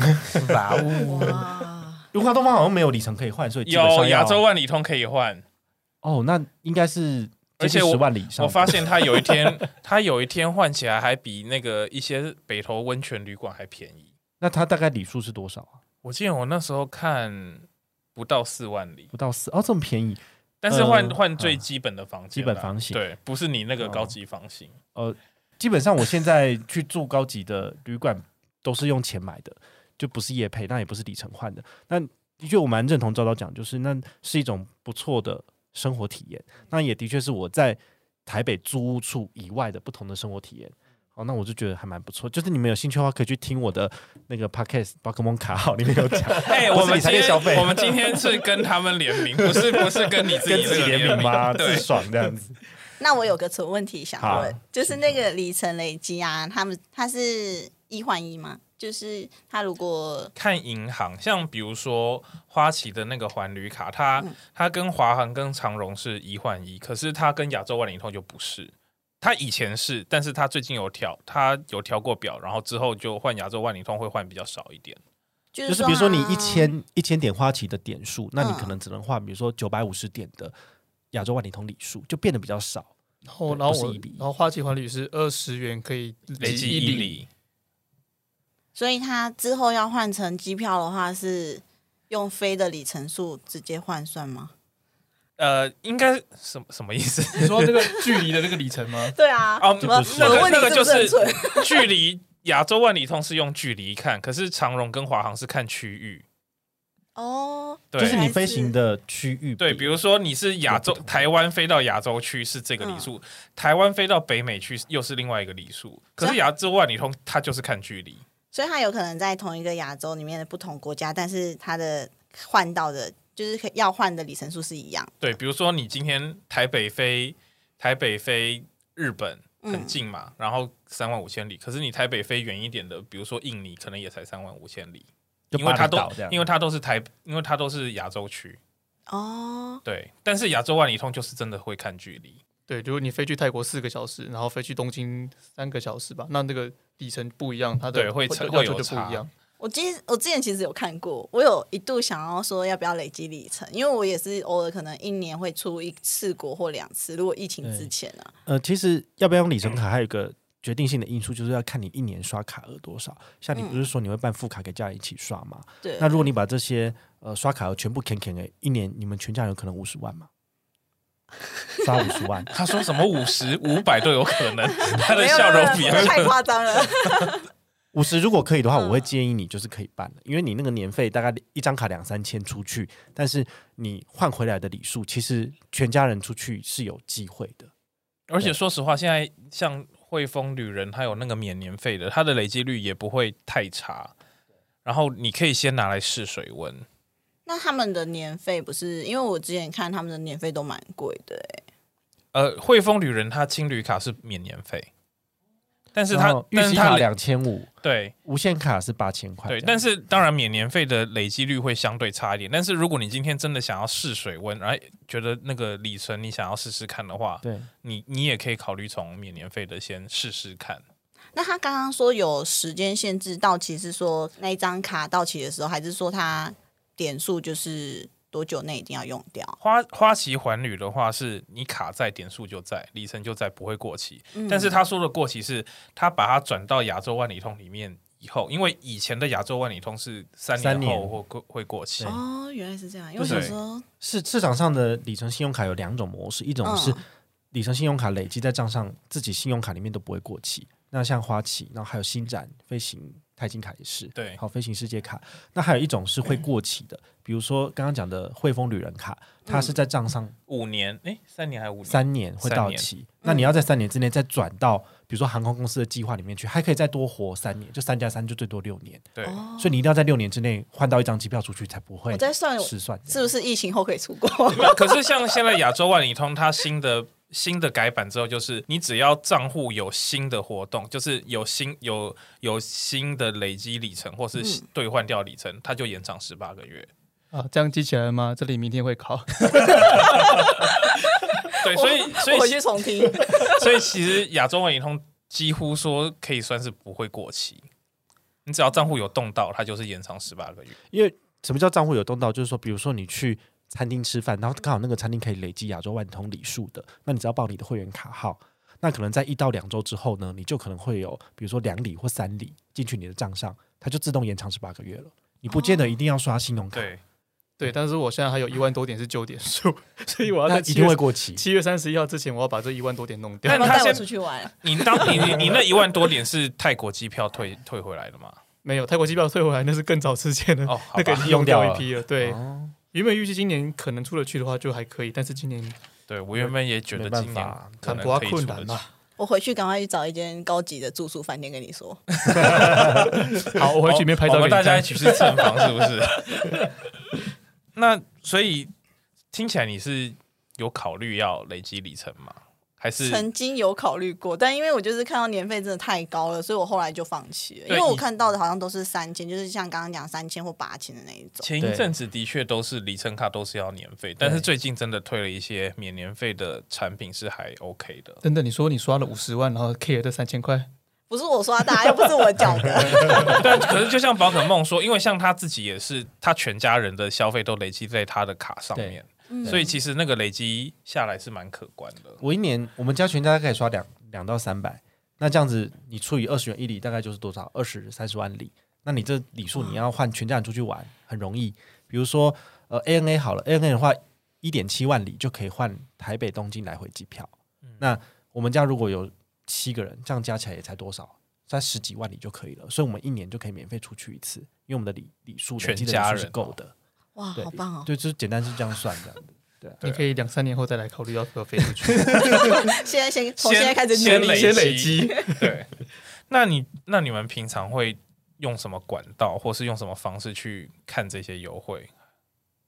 Speaker 2: 哇哦，
Speaker 3: 哇，
Speaker 2: *laughs* 文华东方好像没有里程可以换，所以基本
Speaker 1: 有
Speaker 2: 上要
Speaker 1: 亚洲万里通可以换。
Speaker 2: 哦，那应该是
Speaker 1: 而且我
Speaker 2: 十万里以上
Speaker 1: 我。发现他有一天，他有一天换起来还比那个一些北投温泉旅馆还便宜。
Speaker 2: 那它大概里数是多少啊？
Speaker 1: 我记得我那时候看不到四万里，
Speaker 2: 不到四哦，这么便宜。
Speaker 1: 但是换
Speaker 2: 呃
Speaker 1: 换最基本的房间啦，
Speaker 2: 基本房型哦
Speaker 1: 对，不是你那个高级房
Speaker 2: *laughs*
Speaker 1: 型。
Speaker 2: 基本上我现在去住高级的旅馆都是用钱买的，就不是业配，那也不是里程换的。那的确，我蛮认同赵导讲，就是那是一种不错的生活体验。那也的确是我在台北租屋处以外的不同的生活体验。哦，那我就觉得还蛮不错。就是你们有兴趣的话，可以去听我的那个 podcast《宝可梦卡号》里面有讲，
Speaker 1: 哎，
Speaker 2: 不
Speaker 1: 我
Speaker 2: 是
Speaker 1: 们
Speaker 2: 理财
Speaker 1: 今
Speaker 2: 业
Speaker 1: 天
Speaker 2: 消费
Speaker 1: 我们今天是跟他们联名，不是不是跟你 *laughs* 自
Speaker 2: 跟
Speaker 1: 己
Speaker 2: 自己
Speaker 1: 这个
Speaker 2: 联名
Speaker 1: 名
Speaker 2: 吗？自
Speaker 1: 对，
Speaker 2: 爽这样子。
Speaker 3: 那我有个纯问题想
Speaker 2: 好
Speaker 3: 问，就是那个里程累积啊，他们它是一换一吗？就是他如果
Speaker 1: 看银行，像比如说花旗的那个环旅卡，它、
Speaker 3: 嗯
Speaker 1: 它跟华航跟长荣是一换一，可是它跟亚洲万里通就不是。它以前是，但是它最近有调，它有调过表，然后之后就换亚洲万里通会换比较少一点。
Speaker 3: 就
Speaker 2: 就是是比如说你
Speaker 3: 它
Speaker 2: 一千一千点花旗的点数，那你可
Speaker 3: 嗯
Speaker 2: 能只能换，比如说九百五十点的亚洲万里通里数，就变得比较少。
Speaker 4: 然后，
Speaker 2: 对
Speaker 4: 然后
Speaker 2: 不是
Speaker 4: 我
Speaker 2: 一比一，
Speaker 4: 然后花旗环旅是二十元可以
Speaker 1: 累积
Speaker 4: 一
Speaker 1: 一
Speaker 4: 里，
Speaker 1: 里，
Speaker 3: 所以它之后要换成机票的话，是用飞的里程数直接换算吗？？
Speaker 1: 呃，应该什么什么意思？
Speaker 4: 你说那个距离的那个里程吗
Speaker 3: 对啊
Speaker 1: *laughs* 哦
Speaker 3: 怎么
Speaker 2: 就不是
Speaker 3: 我问你
Speaker 1: 那个
Speaker 3: 是不是很
Speaker 1: 就是
Speaker 3: 蠢？
Speaker 1: 距离亚洲万里通是用距离看，可是长荣跟华航是看区域。
Speaker 3: 哦，
Speaker 1: 对
Speaker 2: 就是你
Speaker 3: 还
Speaker 2: 飞
Speaker 3: 是
Speaker 2: 行的区域，
Speaker 1: 对，比如说你是亚洲
Speaker 2: 有不同的
Speaker 1: 台湾飞到亚洲区是这个里数，台湾飞到北美区又是另外一个里数。可
Speaker 3: 所
Speaker 1: 是
Speaker 3: 以
Speaker 1: 亚洲万里通它就是看距离，
Speaker 3: 所以它有可能在同一个亚洲里面的不同国家，但是它的换到的，就是可要换的里程数是一样。
Speaker 1: 对，比如说你今天台北飞台北飞日本，很近嘛，然后三万五千里。可是你台北飞远一点的，比如说印尼，可能也才三万五千里，
Speaker 2: 就
Speaker 1: 因为它
Speaker 2: 巴厘
Speaker 1: 都
Speaker 2: 岛这样，
Speaker 1: 因为它都是台，因为它都是亚洲区，
Speaker 3: 哦，
Speaker 1: 对。但是亚洲万里通就是真的会看距离，
Speaker 4: 对，如果你飞去泰国四个小时，然后飞去东京三个小时吧，那那个里程不一样，它的
Speaker 1: 对会
Speaker 4: 要
Speaker 1: 会
Speaker 4: 要求
Speaker 1: 有
Speaker 4: 就不
Speaker 1: 差，
Speaker 4: 一样。
Speaker 3: 我今我之前其实有看过，我有一度想要说要不要累积里程，因为我也是偶尔可能一年会出一次国或两次，如果疫情之前啊，
Speaker 2: 呃，其实要不要用里程卡，还有一个决定性的因素，就是要看你一年刷卡额多少。像你不是说你会办副卡给家人一起刷吗？
Speaker 3: 嗯对，
Speaker 2: 那如果你把这些呃刷卡额全部砍砍了，一年你们全家人有可能五十万吗？刷五十万
Speaker 1: 他说什么五十、五百都有可能，他的
Speaker 3: 没有
Speaker 1: 笑容
Speaker 3: 没
Speaker 1: 比
Speaker 3: 有
Speaker 1: 较
Speaker 3: 没有太夸
Speaker 2: *laughs*
Speaker 3: 张了，
Speaker 2: 五十如果可以的话，
Speaker 3: 嗯
Speaker 2: 我会建议你就是可以办了，因为你那个年费大概一张卡两三千出去，但是你换回来的礼数，其实全家人出去是有机会的。
Speaker 1: 而且说实话，现在像汇丰旅人，它有那个免年费的，它的累积率也不会太差。然后你可以先拿来试水温，
Speaker 3: 那他们的年费不是？因为我之前看他们的年费都蛮贵的、欸，
Speaker 1: 呃，汇丰旅人它青旅卡是免年费，但是
Speaker 2: 然
Speaker 1: 它
Speaker 2: 后预
Speaker 1: 但
Speaker 2: 期
Speaker 1: 是
Speaker 2: 卡
Speaker 1: 它
Speaker 2: 两千五，
Speaker 1: 对
Speaker 2: 无限卡是八千块这
Speaker 1: 对，
Speaker 2: 样。
Speaker 1: 但是当然免年费的累积率会相对差一点。但是如果你今天真的想要试水温，然后觉得那个里程你想要试试看的话，
Speaker 2: 对。
Speaker 1: 你你也可以考虑从免年费的先试试看。
Speaker 3: 那他刚刚说有时间限制，到期是说那一张卡到期的时候，还是说他点数就是多久内一定要用掉？
Speaker 1: 花花旗环旅的话，是你卡在点数就在，里程就在，不会过期。
Speaker 3: 嗯
Speaker 1: 但是他说的过期是，他把它转到亚洲万里通里面以后，因为以前的亚洲万里通是三
Speaker 2: 三
Speaker 1: 年
Speaker 2: 年
Speaker 1: 后会过会过期。
Speaker 2: 对
Speaker 3: 哦，原来是这样，因为
Speaker 1: 对
Speaker 3: 有时候
Speaker 2: 市市场上的里程信用卡有两种模式，一种
Speaker 3: 嗯
Speaker 2: 是里程信用卡累积在账上，自己信用卡里面都不会过期。那像花旗，然后还有星展、飞行、钛金卡也是，
Speaker 1: 对
Speaker 2: 好，飞行世界卡。那还有一种是会过期的，比如说刚刚讲的汇丰旅人卡，它是在账上
Speaker 1: 五年，哎，三年还是五年？
Speaker 2: 三年会到期，那你要在三年之内再转到，比如说航空公司的计划里面去，还可以再多活三年，就三加三就最多六年，
Speaker 1: 对，
Speaker 2: 所以你一定要在六年之内换到一张机票出去，才不会
Speaker 3: 我在算
Speaker 2: 失算。
Speaker 3: 是不是疫情后可以出国？
Speaker 1: 没有可是像现在亚洲万里通，它新的新的改版之后，就是你只要账户有新的活动，就是有新有有新的累积里程或是
Speaker 3: 嗯
Speaker 1: 兑换掉里程，它就延长十八个月。
Speaker 4: 啊，这样记起来了吗？这里明天会考。
Speaker 1: 对，所以所以
Speaker 3: 我回去重听。
Speaker 1: *laughs* 所以其实亚洲万里通几乎说可以算是不会过期，你只要账户有动到，它就是延长十八个月。
Speaker 2: 因为什么叫账户有动到？就是说，比如说你去餐厅吃饭，然后刚好那个餐厅可以累积亚洲万通礼数的，那你只要报你的会员卡号，那可能在一到两周之后呢，你就可能会有比如说两礼或三礼进去你的账上，它就自动延长十八个月了。你不见得一定要刷信用卡，
Speaker 1: 对，
Speaker 4: 对，但是我现在还有一万多点是旧点数，所以我要
Speaker 2: 那
Speaker 4: 在
Speaker 2: 一
Speaker 4: 七
Speaker 2: 定会
Speaker 4: 月
Speaker 2: 过期。
Speaker 4: 七月三十一号之前，我要把这一万多点弄掉
Speaker 1: 那。
Speaker 3: 他们
Speaker 1: 他
Speaker 3: 带我
Speaker 1: 现
Speaker 3: 出去玩，
Speaker 1: 你当你你你那一万多点是泰国机票退退回来的 *laughs* 吗？
Speaker 4: 没有泰国机票退回来，那是更早之前的，
Speaker 1: 哦，好
Speaker 4: 那个已
Speaker 1: 吧，
Speaker 4: 经
Speaker 2: 用
Speaker 4: 用
Speaker 2: 掉
Speaker 4: 掉
Speaker 2: 了
Speaker 4: 一批了。对，
Speaker 2: 哦
Speaker 4: 原本预计今年可能出得去的话就还可以，但是
Speaker 1: *laughs*
Speaker 4: 今年
Speaker 1: 对我原本也觉得
Speaker 2: 没办
Speaker 1: 今年
Speaker 2: 法
Speaker 1: 可能
Speaker 4: 坎普拉
Speaker 1: 可以出
Speaker 4: 困
Speaker 1: 得
Speaker 4: 难
Speaker 1: 去
Speaker 4: 嘛。
Speaker 3: 我回去赶快去找一间高级的住宿饭店跟你说。
Speaker 4: 好，我回去里面拍照
Speaker 1: 我
Speaker 4: 给
Speaker 1: 们
Speaker 4: 你
Speaker 1: 大家
Speaker 4: 看
Speaker 1: 一。起去蹭房，是不是？ *laughs* 那所以听起来你是有考虑要累积里程吗？还是
Speaker 3: 曾经有考虑过，但因为我就是看到年费真的太高了，所以我后来就放弃了。因
Speaker 1: 对
Speaker 3: 为我
Speaker 1: 以
Speaker 3: 看到的好像都是三千，就是像刚刚讲三千或八千的那一种。
Speaker 1: 前一阵子的确都是里程卡都是要年费，但是最近真的推了一些免年费的产品，是还 OK 的。 *laughs*
Speaker 4: 等等，你说你刷了五十万，然后 K 了这三千块，
Speaker 3: 不是我刷的啊，又不是我缴的。
Speaker 1: 但可是就像宝可梦说，因为像他自己也是，他全家人的消费都累积在他的卡上面，所以其实那个累积下来是蛮可观的。
Speaker 2: 我一年我们家全家大概刷两两到三百，那这样子你除以二十元一里，大概就是多少？二十三十万里。那你这里数你要换全家人出去玩很容易，比如说呃 ANA 好了，ANA 的话一点七万里就可以换台北东京来回机票。那我们家如果有七个人，这样加起来也才多少？才十几万里就可以了，所以我们一年就可以免费出去一次，因为我们的里里数累积的
Speaker 1: 全家
Speaker 2: 里数
Speaker 1: 人
Speaker 2: 是够的，
Speaker 3: 哇，
Speaker 2: 对
Speaker 3: 好棒哦！
Speaker 2: 对，就是简单是这样算的。对啊，
Speaker 4: 你可以两三年后再来考虑要不要飞出去。
Speaker 3: 现在先从现在开始
Speaker 1: 先
Speaker 3: 努力。
Speaker 1: 先累
Speaker 4: 积，
Speaker 1: 对，那你那你们平常会用什么管道，或是用什么方式去看这些优惠？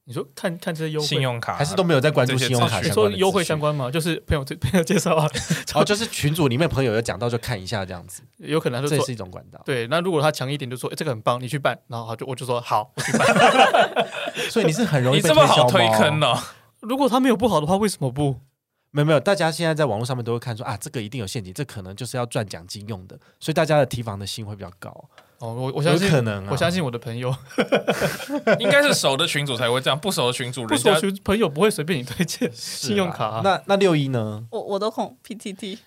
Speaker 4: 你说看看这些优
Speaker 1: 信
Speaker 4: 惠，
Speaker 1: 用卡
Speaker 2: 还是都没有在关注信用卡
Speaker 1: 啊这
Speaker 4: 你
Speaker 1: 些
Speaker 2: 相
Speaker 4: 说
Speaker 2: 关的
Speaker 4: 优惠
Speaker 2: 资讯
Speaker 4: 相关嘛？就是朋友朋友介绍啊，
Speaker 2: 哦，就是群组里面朋友有讲到就看一下这样子，
Speaker 4: 有可能他
Speaker 2: 这
Speaker 4: 就
Speaker 2: 也
Speaker 4: 说
Speaker 2: 是一种管道。
Speaker 4: 对。那如果他强一点，就说哎这个很棒，你去办。然后他就我就说好。
Speaker 2: 所以你是很容易
Speaker 1: 你
Speaker 2: 被
Speaker 1: 这么好
Speaker 2: 推
Speaker 1: 推
Speaker 2: 销吗啊
Speaker 1: 坑哦，
Speaker 4: *laughs* 如果他没有不好的话，为什么不？
Speaker 2: 没有没有，大家现在在网络上面都会看说啊，这个一定有陷阱，这可能就是要赚奖金用的，所以大家的提防的心会比较高。
Speaker 4: 哦，我我
Speaker 2: 我
Speaker 4: 相信
Speaker 2: 有可能、啊，
Speaker 4: 我相信我的朋友，
Speaker 1: 应该是熟的群主才会这样，不熟的群主
Speaker 4: 不
Speaker 1: 人
Speaker 4: 熟
Speaker 1: 家
Speaker 4: 悉朋友不会随便你推荐信用卡、啊。
Speaker 2: 那那六一呢？
Speaker 3: 我我都恐 PTT，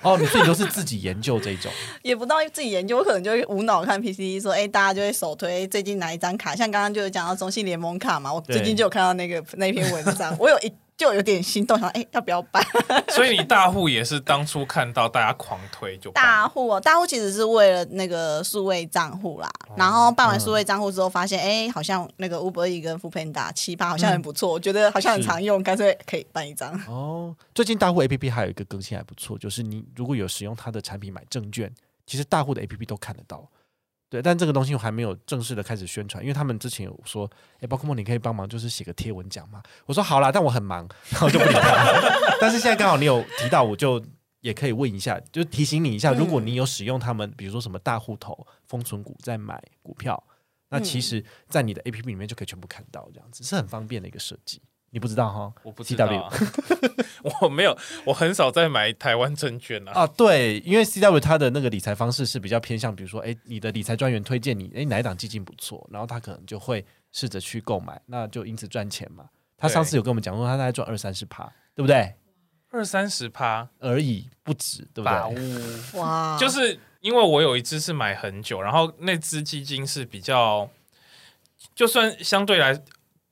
Speaker 2: 哦，你自己都是自己研究这种，
Speaker 3: 也不到自己研究，我可能就会无脑看 PTT 说，哎、大家就会手推哎最近哪一张卡，像刚刚就有讲到中信联盟卡嘛，我
Speaker 2: 对
Speaker 3: 最近就有看到那个那篇文章， *laughs* 我有一就有点心动，想哎、诶要不要办？ *laughs*
Speaker 1: 所以你大户也是当初看到大家狂推就办
Speaker 3: 大户哦，大户其实是为了那个数位账户啦，然后办完数位账户之后，发现哎、诶好像那个 Uber E 跟 f o o p a n d a 七八好像很不错，我觉得好像很
Speaker 2: 是
Speaker 3: 常用，干脆可以办一张。
Speaker 2: 哦，最近大户 A P P 还有一个更新还不错，就是你如果有使用它的产品买证券，其实大户的 A P P 都看得到。对，但这个东西我还没有正式的开始宣传，因为他们之前有说，哎，包括梦，你可以帮忙，就是写个贴文讲嘛。我说好啦，但我很忙，然后我就不理他。 *laughs* 但是现在刚好你有提到，我就也可以问一下，就提醒你一下，如果你有使用他们，比如说什么大户头、封存股在买股票，那其实，在你的 A P P 里面就可以全部看到，这样子是很方便的一个设计。你不知道哈？
Speaker 1: 我不知道啊、 *laughs* 我没有，我很少在买台湾证券啊。
Speaker 2: 啊，对，因为 CW 它的那个理财方式是比较偏向，比如说，哎，你的理财专员推荐你，哎，哪一档基金不错，然后他可能就会试着去购买，那就因此赚钱嘛。他上次有跟我们讲说，他大概赚二三十趴，对不对？
Speaker 1: 二三十趴，
Speaker 2: 而已，不止，对不
Speaker 1: 吧
Speaker 2: 对？
Speaker 3: 哇，
Speaker 1: 就是因为我有一只是买很久，然后那只基金是比较，就算相对来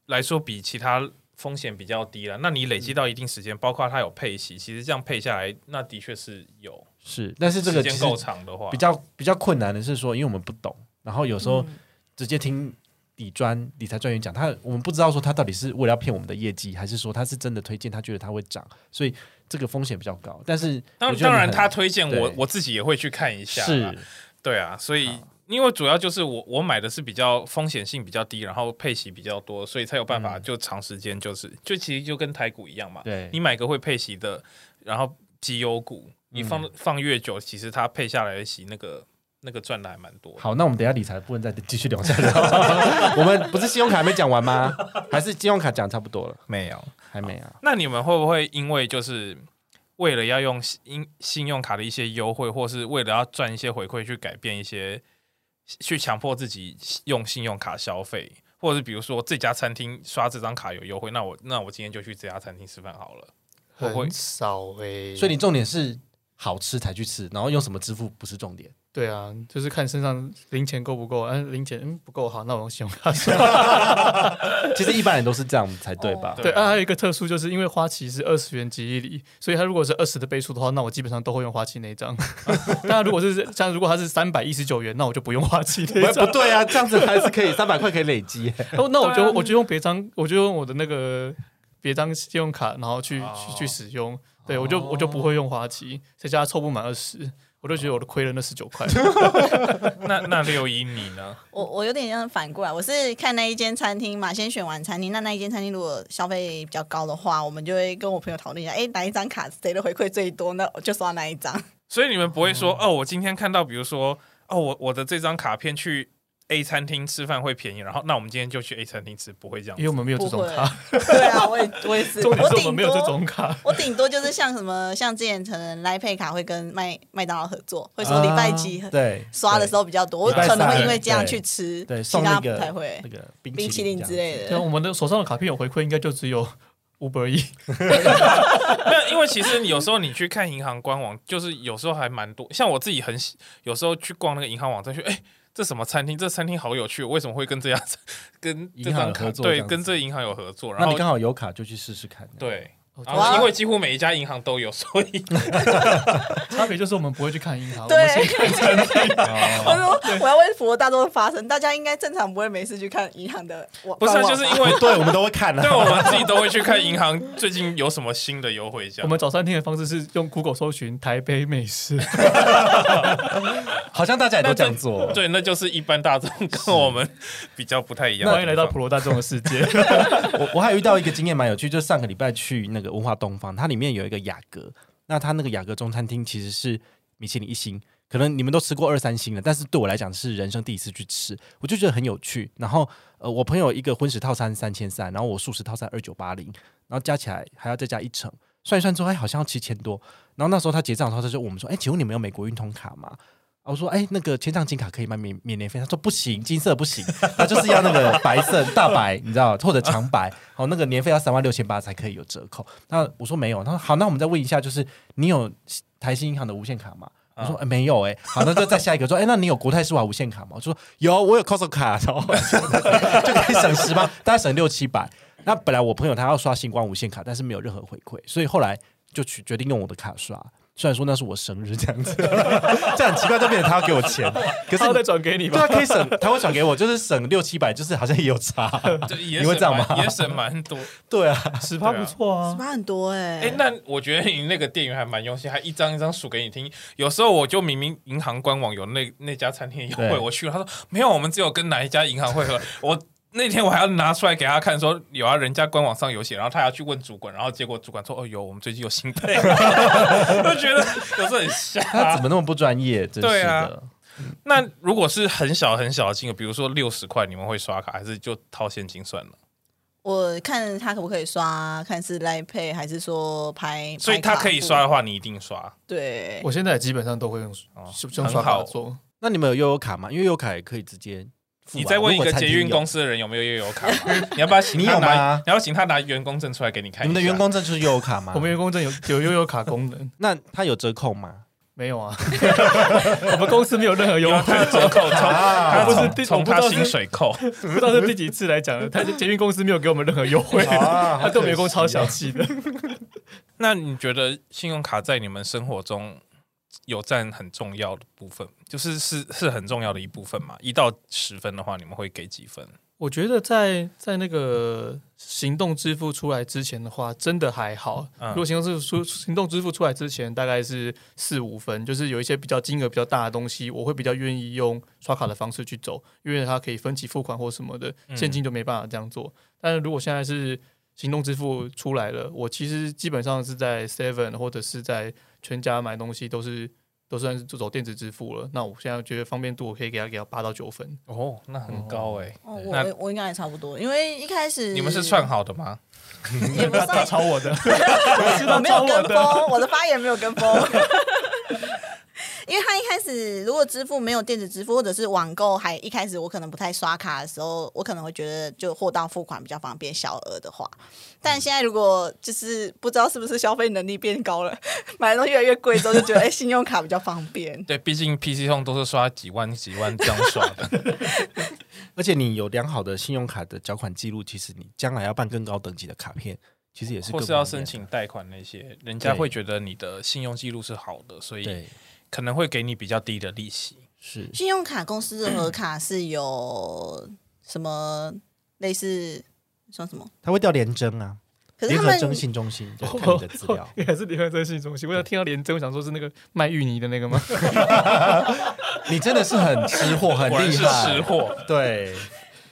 Speaker 1: 来说比其他风险比较低了，那你累积到一定时间，包括它有配息，其实这样配下来，那的确是有
Speaker 2: 是，但是这
Speaker 1: 时
Speaker 2: 个其
Speaker 1: 间
Speaker 2: 实
Speaker 1: 够长的话
Speaker 2: 比，较比较困难的是说，因为我们不懂，然后有时候直接听理专理财专员讲，他我们不知道说他到底是为了要骗我们的业绩，还是说他是真的推荐，他觉得它会涨，所以这个风险比较高。但是
Speaker 1: 当
Speaker 2: 我觉得
Speaker 1: 当然
Speaker 2: 你很
Speaker 1: 他推荐我
Speaker 2: 对，
Speaker 1: 我自己也会去看一下啦，
Speaker 2: 是
Speaker 1: 对啊，所以因为主要就是我我买的是比较风险性比较低，然后配息比较多，所以才有办法就长时间就是、就其实就跟台股一样嘛，
Speaker 2: 对
Speaker 1: 你买个会配息的，然后绩优股，你放、放越久，其实它配下来的息那个那个赚的还蛮多的。
Speaker 2: 好，那我们等一下理财的部分再继续聊下去。 *laughs* 我们不是信用卡还没讲完吗？还是信用卡讲差不多了？
Speaker 1: 没有，
Speaker 2: 还没啊？
Speaker 1: 那你们会不会因为就是为了要用信信用卡的一些优惠，或是为了要赚一些回馈，去改变一些，去强迫自己用信用卡消费，或者是比如说这家餐厅刷这张卡有优惠，那我那我今天就去这家餐厅吃饭好了。我会
Speaker 4: 很少欸诶、
Speaker 2: 所以你重点是好吃才去吃，然后用什么支付不是重点。
Speaker 4: 对啊，就是看身上零钱够不够，嗯、零钱嗯不够好，那我用信用卡刷。
Speaker 2: 其实一般人都是这样才对吧？
Speaker 1: 哦
Speaker 4: 对啊，还有一个特殊，就是因为花旗是二十元即一礼，所以它如果是二十的倍数的话，那我基本上都会用花旗那
Speaker 1: *laughs*
Speaker 4: 一张。当然，如果是像如果它是三百一十九元，那我就不用花旗那一
Speaker 2: 不
Speaker 4: 张，
Speaker 2: 不对啊，这样子还是可以三百块可以累积。
Speaker 4: 那那我
Speaker 1: 对啊
Speaker 4: 就我就用别张，我就用我的那个别张信用卡，然后去
Speaker 1: 哦
Speaker 4: 去去使用。对我就我就不会用花旗，再加上凑不满二十，我就觉得我都亏了那十九块。
Speaker 1: 哦那那六一你呢？
Speaker 3: 我我有点像反过来，我是看那一间餐厅嘛，先选完餐厅，那那一间餐厅如果消费比较高的话，我们就会跟我朋友讨论一下，哎，哪一张卡谁的回馈最多，那我就刷哪一
Speaker 2: *laughs*
Speaker 3: 张。
Speaker 1: 所以你们不会说、哦，我今天看到比如说哦，我我的这张卡片去 A 餐厅吃饭会便宜，然后那我们今天就去 A 餐厅吃，不会这样
Speaker 4: 因为我们没有这种卡，
Speaker 3: 对啊，我也我也是，
Speaker 4: 重点
Speaker 3: 我
Speaker 4: 是我们
Speaker 3: 顶
Speaker 4: 没有这
Speaker 3: 多
Speaker 4: 种卡。
Speaker 3: 我顶多就是像什么，像之前可能来配卡会跟麦麦当劳合作，会说礼拜几
Speaker 2: 啊对
Speaker 3: 刷的时
Speaker 2: 候
Speaker 3: 候比较多，我
Speaker 2: 礼拜
Speaker 3: 可能会
Speaker 2: 三
Speaker 3: 因为这样
Speaker 2: 对
Speaker 3: 去吃，
Speaker 2: 对
Speaker 3: 其
Speaker 2: 送那
Speaker 3: 他
Speaker 2: 个
Speaker 3: 不太会
Speaker 2: 那个
Speaker 3: 冰淇淋之类
Speaker 2: 的。
Speaker 4: 像
Speaker 3: 的。
Speaker 4: 我们的手上的卡片有回馈，应该就只有五百一。
Speaker 1: *laughs* 没有，因为其实有时候你去看银行官网，就是有时候还蛮多。像我自己很喜，有时候去逛那个银行网站去，哎、这什么餐厅？这餐厅好有趣，为什么会跟这家 *laughs* 跟这
Speaker 2: 银行
Speaker 1: 张
Speaker 2: 有
Speaker 1: 卡
Speaker 2: 合作这
Speaker 1: 对
Speaker 2: 样子
Speaker 1: 跟这银行有合作？
Speaker 2: 那
Speaker 1: 然
Speaker 2: 你
Speaker 1: 后
Speaker 2: 刚好有卡就去试试看。，
Speaker 1: 对，
Speaker 4: 哦
Speaker 1: 然
Speaker 3: 哇
Speaker 1: 后因为几乎每一家银行都有，所以
Speaker 4: 差别就是我们不会去看银行，我
Speaker 3: 对
Speaker 4: 们是看产品。
Speaker 3: *laughs* 我说我要为普罗大众发声，大家应该正常不会没事去看银行的网，
Speaker 1: 不是啊
Speaker 3: 官网
Speaker 1: 就是
Speaker 3: 吧
Speaker 1: 因为
Speaker 2: 哦对，我们都会看啊 *laughs*
Speaker 1: 对
Speaker 2: 的。
Speaker 1: 我们自己都会去看银行最近有什么新的优惠价
Speaker 4: 我。们找餐厅的方式是用 Google 搜寻台北美食，
Speaker 5: 好像大家也都这样做。
Speaker 1: 对，那就是一般大众跟我们比较不太一样的地方。
Speaker 4: 欢迎来到普罗大众的世界。
Speaker 2: 我我还有遇到一个经验蛮有趣，就是上个礼拜去那个文化东方，它里面有一个雅阁，那它那个雅阁中餐厅其实是米其林一星，可能你们都吃过二三星了，但是对我来讲是人生第一次去吃，我就觉得很有趣。然后呃，我朋友一个荤食套餐三千三，然后我素食套餐二九八零，然后加起来还要再加一成，算一算之后，哎，好像要七千多。然后那时候他结账的时候，他就问我们说，哎，请问你们有美国运通卡吗？啊我说，哎，那个千账金卡可以吗？免免年费？他说不行，金色不行，他就是要那个白色大白，你知道，或者长白。好，那个年费要三万六千八才可以有折扣。那我说没有，他说好，那我们再问一下，就是你有台新银行的无限卡吗？
Speaker 1: 啊
Speaker 2: 我说、哎没有哎、好，那就再下一个说，哎、那你有国泰世华无限卡吗？我说有，我有 Costco 卡，然后 *laughs* 就可以省十八，大概省六七百。那本来我朋友他要刷星光无限卡，但是没有任何回馈，所以后来就去决定用我的卡刷。虽然说那是我生日这样子， *laughs* 这样很奇怪，就变成他要给我钱，可是
Speaker 4: 他会再转给你
Speaker 2: 对啊，
Speaker 4: 吧。
Speaker 2: 可以省，他会转给我，就是省六七百，就是好像也有
Speaker 1: *laughs*
Speaker 2: 差。
Speaker 1: 就也
Speaker 2: 你会这
Speaker 1: 省
Speaker 2: 样吗
Speaker 1: 蛮也省蛮多。
Speaker 2: 对啊，
Speaker 4: 十趴不错啊，
Speaker 3: 差很多哎、
Speaker 1: 哎、那我觉得你那个店员还蛮用心，还一张一张数给你听。有时候我就明明银行官网有那那家餐厅的优惠，
Speaker 2: 对
Speaker 1: 我去了，他说没有，我们只有跟哪一家银行会合。我那天我还要拿出来给他看说有啊，人家官网上有写，然后他还要去问主管，然后结果主管说哦有，我们最近有新配， *laughs* 我就觉得有时候很瞎。
Speaker 2: 他怎么那么不专业？真
Speaker 1: 对
Speaker 2: 是
Speaker 1: 啊
Speaker 2: 的。
Speaker 1: 那如果是很小很小的金额，比如说六十块，你们会刷卡还是就掏现金算了？
Speaker 3: 我看他可不可以刷，看是来配还是说拍，
Speaker 1: 所以
Speaker 3: 拍
Speaker 1: 他
Speaker 3: 卡
Speaker 1: 可以
Speaker 3: 付
Speaker 1: 刷的话，你一定刷。
Speaker 3: 对。
Speaker 4: 我现在也基本上都会用
Speaker 1: 哦
Speaker 4: 是用
Speaker 1: 很
Speaker 4: 刷卡
Speaker 1: 好
Speaker 4: 做。
Speaker 2: 那你们有悠游卡吗？因为悠游卡也可以直接付啊。
Speaker 1: 你再问一
Speaker 2: 如
Speaker 1: 个
Speaker 2: 果餐
Speaker 1: 捷
Speaker 2: 厅
Speaker 1: 运
Speaker 2: 有
Speaker 1: 公，司的人有没有悠游
Speaker 2: *laughs*
Speaker 1: 卡吗？你要不要请
Speaker 2: 你
Speaker 1: 他
Speaker 2: 有
Speaker 1: 拿？
Speaker 2: 吗
Speaker 1: 你要请他拿员工证出来给你看一
Speaker 2: 你们
Speaker 1: 下。
Speaker 2: 的员工证就是悠游卡 *laughs* 吗？
Speaker 4: 我们员工证有有悠游卡功能
Speaker 2: 那他有折扣吗？
Speaker 4: 没有啊？我们公司没有任何优
Speaker 1: 有
Speaker 4: 惠，
Speaker 1: 他
Speaker 2: *laughs*
Speaker 1: 折扣，从
Speaker 2: 啊
Speaker 1: 他
Speaker 4: 不是
Speaker 1: 从
Speaker 4: 第
Speaker 1: 从
Speaker 4: 我不知
Speaker 1: 他
Speaker 4: 道是
Speaker 1: 薪水扣。 *laughs*
Speaker 4: 不知道是第几次来讲了。他捷运公司没有给我们任何优惠，
Speaker 1: *laughs*
Speaker 2: 啊
Speaker 4: 他对我们员工超小气的。
Speaker 1: 那你觉得信用卡在你们生活中有占很重要的部分，就是是是很重要的一部分嘛？一到十分的话，你们会给几分？
Speaker 4: 我觉得在在那个行动支付出来之前的话，真的还好。
Speaker 1: 嗯
Speaker 4: 如果行动支付出行动支付出来之前，大概是四五分，就是有一些比较金额比较大的东西，我会比较愿意用刷卡的方式去走，因为它可以分期付款或什么的，
Speaker 1: 嗯
Speaker 4: 现金就没办法这样做。但是如果现在是行动支付出来了，我其实基本上是在 Seven 或者是在全家买东西都是。都算是走电子支付了，那我现在觉得方便度，我可以给他给他八到九分。
Speaker 1: 哦，那很高哎、
Speaker 3: 哦，
Speaker 1: 那
Speaker 3: 我我应该也差不多，因为一开始
Speaker 1: 你们是串好的吗？
Speaker 3: 也不算，
Speaker 4: 抄我的，。
Speaker 3: *laughs* 我没有跟风，我的发言没有跟风。 *laughs* 因为他一开始如果支付没有电子支付，或者是网购，还一开始我可能不太刷卡的时候，我可能会觉得就货到付款比较方便，小额的话。但现在如果就是不知道是不是消费能力变高了， *laughs* 买的东西越来越贵之后，就觉得哎、信用卡比较方便。
Speaker 1: 对，毕竟 PC 用都是刷几万几万这样刷的。
Speaker 2: 而且你有良好的信用卡的缴款记录，其实你将来要办更高等级的卡片，其实也是
Speaker 1: 或
Speaker 2: 更
Speaker 1: *laughs* 是要
Speaker 2: 方
Speaker 1: 申
Speaker 2: 便
Speaker 1: 请贷款那些，人家
Speaker 2: 对
Speaker 1: 会觉得你的信用记录是好的，所以
Speaker 2: 对
Speaker 1: 可能会给你比较低的利息。
Speaker 2: 是
Speaker 3: 信用卡公司的核卡是有什么类似算什么？
Speaker 2: 他会调廉征啊，
Speaker 3: 可是
Speaker 2: 联
Speaker 3: 他
Speaker 2: 合
Speaker 3: 们
Speaker 2: 征信中
Speaker 1: *laughs*
Speaker 2: 心就看你的资料
Speaker 4: 也是联合征信中心。我想听到廉征，我想说是那个卖芋泥的那个 *laughs* 吗？
Speaker 2: 你真的是很吃
Speaker 1: *laughs*
Speaker 2: 货，很
Speaker 1: 果然
Speaker 2: 厉
Speaker 1: 是
Speaker 2: 害
Speaker 1: 吃，货，
Speaker 2: 对，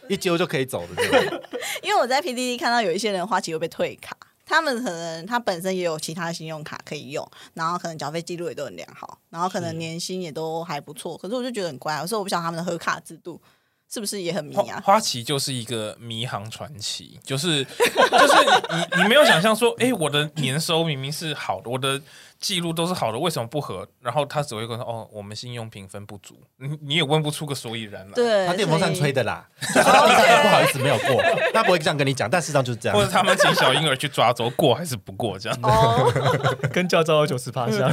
Speaker 2: 一揪就可以走的这种。
Speaker 3: *laughs* 因为我在 PDD 看到有一些人花旗会被退卡，他们可能他本身也有其他的信用卡可以用，然后可能缴费记录也都很良好，然后可能年薪也都还不错。可是我就觉得很怪啊，所以我不晓得他们的核卡制度是不是也很迷
Speaker 1: 花
Speaker 3: 啊？
Speaker 1: 花旗就是一个迷航传奇，就是 *laughs* 就是你你你没有想象说，哎、我的年收明明是好的，我的记录都是好的，为什么不合？然后他只会跟我说，哦，我们信用评分不足，你你也问不出个所以然来。啊
Speaker 3: 对，
Speaker 2: 哦他电风扇吹的
Speaker 3: 的。
Speaker 2: 啦，就说地上也 *laughs* 不好意思没有过，他不会这样跟你讲，但事实上就是这
Speaker 1: 或者
Speaker 2: 样。
Speaker 1: 他们请小婴儿去抓周过还是不过这样，
Speaker 3: 哦，
Speaker 4: 跟教招有九十趴 *laughs* 像。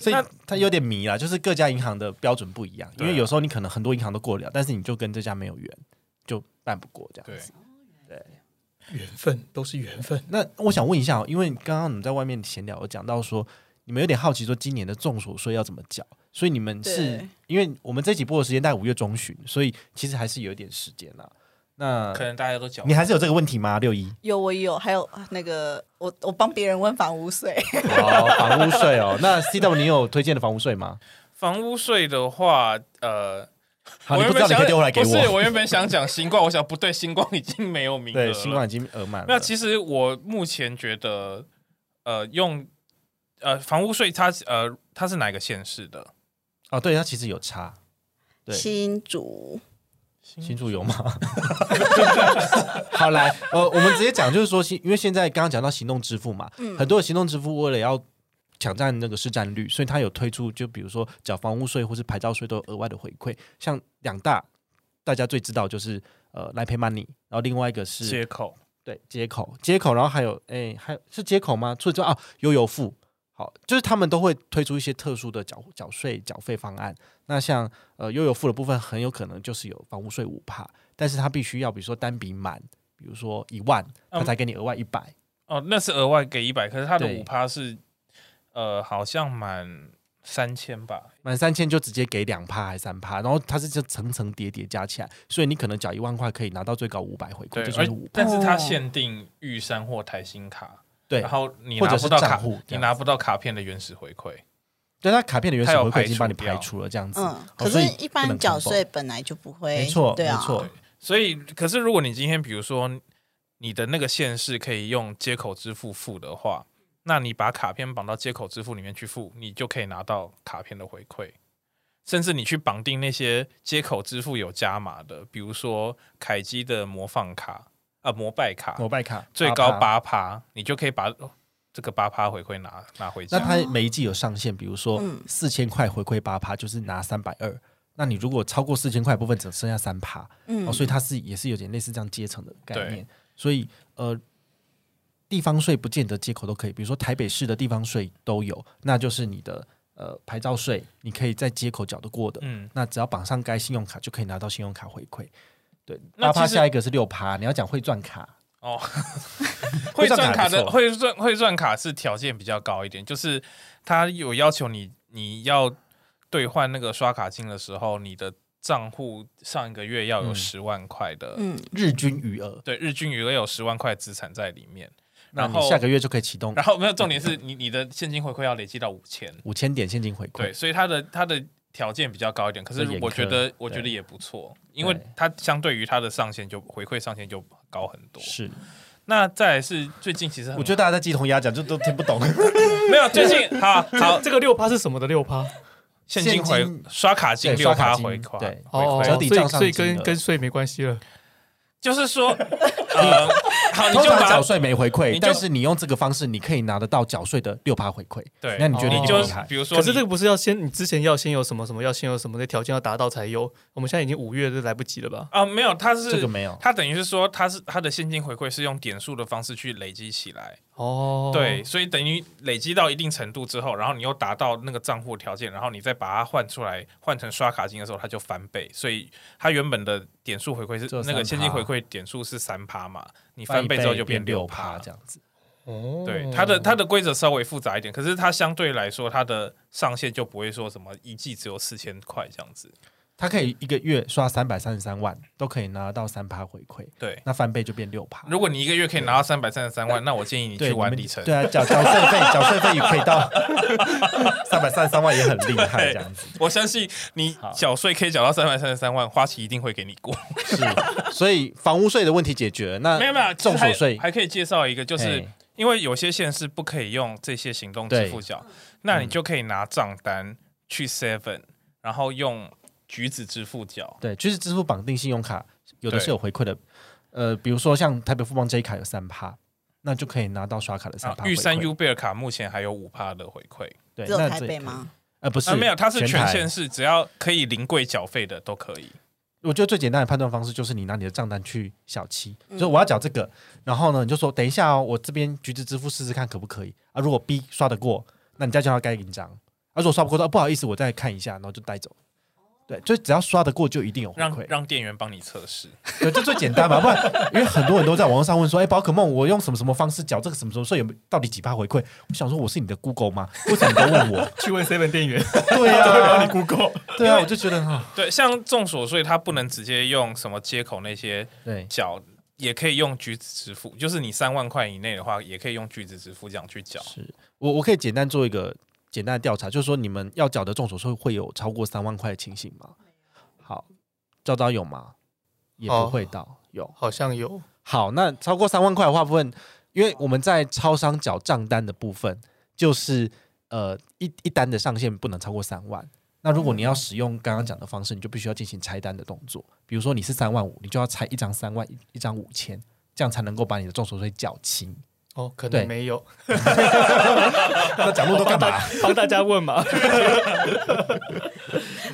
Speaker 2: 所以他有点迷啦，就是各家银行的标准不一样，因
Speaker 1: 对
Speaker 2: 为
Speaker 1: 啊
Speaker 2: 有时候你可能很多银行都过得了，但是你就跟这家没有缘，就办不过这样
Speaker 1: 对
Speaker 2: 子。
Speaker 4: 缘分都是缘分。
Speaker 2: 那我想问一下哦，因为刚刚你们在外面闲聊，有讲到说你们有点好奇，说今年的众所税要怎么缴，所以你们是
Speaker 3: 对
Speaker 2: 因为我们这集播的时间大概五月中旬，所以其实还是有一点时间啦。那
Speaker 1: 可能大家都缴
Speaker 2: 你还是有这个问题吗？六
Speaker 1: *laughs*
Speaker 2: 一，
Speaker 3: 有我有，还有啊那个我我帮别人问房屋税，
Speaker 2: 好，房屋税哦。那 C W 你有推荐的房屋税吗？
Speaker 1: 房屋税的话，呃，
Speaker 2: 好，
Speaker 1: 我
Speaker 2: 你
Speaker 1: 原
Speaker 2: 不知
Speaker 1: 本
Speaker 2: 道你
Speaker 1: 想
Speaker 2: 可以丢回来给
Speaker 1: 不是，
Speaker 2: 我。
Speaker 1: 我原本想讲星光，我想不对，星光已经没有名额
Speaker 2: 对，
Speaker 1: 了。
Speaker 2: 新冠已经额满
Speaker 1: 那
Speaker 2: 了。
Speaker 1: 其实我目前觉得，呃，用呃房屋税它呃它是哪一个县市的？
Speaker 2: 哦，对，它其实有差。 *laughs* 对
Speaker 3: 新竹
Speaker 2: 新竹有吗？ *laughs* 好，来，呃，我们直接讲，就是说，新因为现在刚刚讲到行动支付嘛，
Speaker 3: 嗯
Speaker 2: 很多的行动支付为了要抢占那个市占率，所以它有推出，就比如说缴房屋税或是牌照税都有额外的回馈。像两大大家最知道就是呃来 pay money，然后另外一个是
Speaker 1: 接口
Speaker 2: 对接口接口，然后还有哎还有是接口吗？除了这哦悠游付，好，就是他们都会推出一些特殊的缴缴税缴费方案。那像呃悠游付的部分，很有可能就是有房屋税五趴，但是它必须要比如说单笔满，比如说一万，
Speaker 1: 嗯
Speaker 2: 它才给你额外一百、
Speaker 1: 哦，那是额外给一百，可是它的
Speaker 2: 对
Speaker 1: 五趴是呃好像满三千吧，
Speaker 2: 满三千就直接给两趴还三趴，然后它是就层层叠叠加起来，所以你可能缴一万块可以拿到最高五百回馈，
Speaker 1: 对
Speaker 2: 这，就
Speaker 1: 而
Speaker 2: 是五
Speaker 1: 但是它限定玉山或台新卡，
Speaker 2: 对
Speaker 1: 然后你
Speaker 2: 或
Speaker 1: 拿
Speaker 2: 者
Speaker 1: 不
Speaker 2: 是
Speaker 1: 到
Speaker 2: 账
Speaker 1: 卡
Speaker 2: 户，这
Speaker 1: 你
Speaker 2: 样
Speaker 1: 拿不到卡片的原始回馈。
Speaker 2: 对它卡片的原始
Speaker 1: 它有
Speaker 2: 回
Speaker 1: 排
Speaker 2: 馈已经把
Speaker 1: 除
Speaker 2: 你
Speaker 1: 掉
Speaker 2: 排除了这样子，
Speaker 3: 嗯
Speaker 2: 好，
Speaker 3: 可
Speaker 2: 所
Speaker 3: 是
Speaker 2: 以
Speaker 3: 一
Speaker 2: 不
Speaker 3: 般
Speaker 2: 能
Speaker 3: 缴
Speaker 2: combo
Speaker 3: 税本来就不会，
Speaker 2: 没错
Speaker 3: 对啊，
Speaker 2: 没错，哦
Speaker 1: 所以，可是如果你今天比如说你的那个县市可以用接口支付付的话，那你把卡片绑到接口支付里面去付，你就可以拿到卡片的回馈。甚至你去绑定那些接口支付有加码的，比如说凯基的魔放卡啊、摩拜卡，
Speaker 2: 摩拜卡
Speaker 1: 最高
Speaker 2: 八趴
Speaker 1: 八趴，你就可以把哦这个八趴回馈拿拿
Speaker 3: 嗯
Speaker 1: 回
Speaker 2: 那
Speaker 1: 家。
Speaker 2: 它每一季有上限，比如说四千块回馈八趴，就是拿三百二。那你如果超过四千块的部分，只剩下三趴，
Speaker 3: 嗯
Speaker 2: 哦，所以它是也是有点类似这样阶层的概念
Speaker 1: 对。
Speaker 2: 所以呃，地方税不见得接口都可以，比如说台北市的地方税都有，那就是你的呃牌照税，你可以在接口缴得过的。
Speaker 1: 嗯，
Speaker 2: 那只要绑上该信用卡，就可以拿到信用卡回馈。对，
Speaker 1: 那
Speaker 2: 八
Speaker 1: 其
Speaker 2: 趴
Speaker 1: 实
Speaker 2: 下一个是六趴，你要讲会赚卡， *laughs*
Speaker 1: 哦，
Speaker 2: 会
Speaker 1: 会
Speaker 2: 赚
Speaker 1: 赚
Speaker 2: 卡
Speaker 1: 卡
Speaker 2: 还不
Speaker 1: 的
Speaker 2: 错
Speaker 1: 会赚会赚卡是条件比较高一点，就是他有要求你你要兑换那个刷卡金的时候，你的账户上一个月要有
Speaker 2: 嗯
Speaker 1: 十万块的，
Speaker 3: 嗯，
Speaker 2: 日均余额，
Speaker 1: 对，日均余额有十万块资产在里面。
Speaker 2: 那
Speaker 1: 然
Speaker 2: 你
Speaker 1: 后
Speaker 2: 下个月就可以启动
Speaker 1: 然后没有重点是你你的现金回馈要累积到五千，
Speaker 2: 五千点现金回馈。
Speaker 1: 对，所以它的它的条件比较高一点，可是
Speaker 2: 这严苛
Speaker 1: 我觉得我
Speaker 2: 对
Speaker 1: 觉得也不错，因为
Speaker 2: 对
Speaker 1: 它相对于它的上限就回馈上限就高很多。
Speaker 2: 是，
Speaker 1: 那再来是最近其实很
Speaker 2: 我觉得大家在鸡同鸭讲就都听不
Speaker 1: *laughs*
Speaker 2: 懂。
Speaker 1: 没有最近好好
Speaker 4: 这个六趴是什么的六趴？
Speaker 1: 现金
Speaker 2: 现
Speaker 1: 回
Speaker 2: 金
Speaker 1: 刷卡金
Speaker 2: 对
Speaker 1: 六
Speaker 2: 刷卡
Speaker 1: 趴
Speaker 2: 金
Speaker 1: 回款，
Speaker 2: 对
Speaker 1: 回
Speaker 4: 哦，
Speaker 1: 馈
Speaker 2: 折
Speaker 4: 所
Speaker 2: 抵
Speaker 4: 以
Speaker 2: 账上
Speaker 4: 所以
Speaker 2: 金额
Speaker 4: 跟跟税没关系了。
Speaker 1: 就是
Speaker 2: *laughs*
Speaker 1: 说，呃，好，你
Speaker 2: 通
Speaker 1: 就
Speaker 2: 常
Speaker 1: 把
Speaker 2: 缴税没回
Speaker 1: 你
Speaker 2: 馈，
Speaker 1: 就
Speaker 2: 但是你用这个方式，你可以拿得到缴税的六趴回馈。
Speaker 1: 对，
Speaker 2: 那你觉得
Speaker 4: 哦
Speaker 1: 你
Speaker 2: 就
Speaker 1: 就
Speaker 2: 厉害？
Speaker 1: 比如说
Speaker 4: 可
Speaker 1: 你，
Speaker 4: 是这个不是要先，你之前要先有什么什么，要先有什么的条件要达到才有。我们现在已经五月，都来不及了吧？
Speaker 1: 啊没有，它是
Speaker 2: 这个没有
Speaker 1: 它等于是说它是它的现金回馈是用点数的方式去累积起来，
Speaker 4: 哦，
Speaker 1: 对，，所以等于累积到一定程度之后，然后你又达到那个账户条件，然后你再把它换出来，换成刷卡金的时候，它就翻倍。所以它原本的点数回馈是
Speaker 2: 就3%
Speaker 1: 那个现金回馈点数是三趴嘛，你
Speaker 2: 翻
Speaker 1: 翻倍之后就
Speaker 2: 变
Speaker 1: 六
Speaker 2: 趴这。样子。
Speaker 4: 哦，
Speaker 1: 对，它的它的规则稍微复杂一点，可是它相对来说，它的上限就不会说什么一季只有四千块这样子。
Speaker 2: 他可以一个月刷三百三十三万，都可以拿到三趴回馈，
Speaker 1: 对，
Speaker 2: 那翻倍就变六趴。
Speaker 1: 如果你一个月可以拿到三百三十三万，那我建议你
Speaker 2: 对
Speaker 1: 去玩
Speaker 2: 你们
Speaker 1: 里程。
Speaker 2: 对啊，缴缴税
Speaker 1: *laughs*
Speaker 2: 费，缴税费也可以到三百三十三万，也很厉害，这样子。
Speaker 1: 我相信你
Speaker 2: 好
Speaker 1: 缴税可以缴到三百三十三万，花旗一定会给你过。
Speaker 2: 是，所以房屋税的问题解决，那
Speaker 1: 没有没有，其实
Speaker 2: 重所
Speaker 1: 还
Speaker 2: 呃税
Speaker 1: 还可以介绍一个，就是
Speaker 2: 哎
Speaker 1: 因为有些县市不可以用这些行动支付缴，那
Speaker 2: 嗯
Speaker 1: 你就可以拿账单去 Seven，然后用橘子支付缴。
Speaker 2: 对，就是支付绑定信用卡，有的
Speaker 1: 对
Speaker 2: 是有回馈的，呃，比如说像台北富邦这一卡有三趴，那就可以拿到刷卡的三
Speaker 1: 啊
Speaker 2: 趴。
Speaker 1: 玉山 U 贝尔卡目前还有五趴的回馈，
Speaker 2: 对，
Speaker 3: 只有
Speaker 2: 那
Speaker 3: 台
Speaker 2: 这
Speaker 3: 北
Speaker 2: 可以？
Speaker 3: 吗？
Speaker 2: 呃，不
Speaker 1: 啊
Speaker 2: 是，
Speaker 1: 没有，它是全
Speaker 2: 台
Speaker 1: 县。市，只要可以临柜缴费的都可以。
Speaker 2: 我觉得最简单的判断方式就是你拿你的账单去小七，
Speaker 3: 嗯
Speaker 2: 就是我要缴这个，然后呢你就说等一下哦，我这边橘子支付试试看可不可以啊？如果 B 刷得过，那你再叫他盖印章；啊，如果刷不过，说、啊、不好意思，我再看一下，然后就带走。对，就只要刷得过，就一定有回
Speaker 1: 让
Speaker 2: 馈。
Speaker 1: 让店员帮你测试，
Speaker 2: 对，这最简单嘛，不然因为很多人都在网络上问说，哎、宝可梦我用什么什么方式缴这个什么什么税，有没有到底几趴回馈？我想说我是你的 Google 吗？为什么你都问我？
Speaker 4: 去问 Seven 店员，
Speaker 2: 对啊
Speaker 4: 他会
Speaker 2: 呀、
Speaker 4: 帮你 Google。
Speaker 2: 对啊，我就觉得哈，
Speaker 1: 对，像众所周知，它不能直接用什么接口那些
Speaker 2: 对
Speaker 1: 缴，也可以用橘子支付，就是你三万块以内的话，也可以用橘子支付这样去缴。
Speaker 2: 是我我可以简单做一个简单的调查，就是说你们要缴的众所周知会有超过三万块的情形吗？好，招招有吗？也不
Speaker 4: 哦
Speaker 2: 会到、有。
Speaker 4: *laughs* 好像有，
Speaker 2: 好，那超过三万块的话部分，因为我们在超商缴账单的部分，就是呃一一单的上限不能超过三万。那如果你要使用刚刚讲的方式，你就必须要进行拆单的动作。比如说你是三万五，你就要拆一张三万，一一张五千，这样才能够把你的重手税缴清。
Speaker 4: 哦，可
Speaker 2: 对
Speaker 4: 能没有。
Speaker 2: 那讲那么多干 *laughs* 嘛？
Speaker 4: 帮大家问嘛，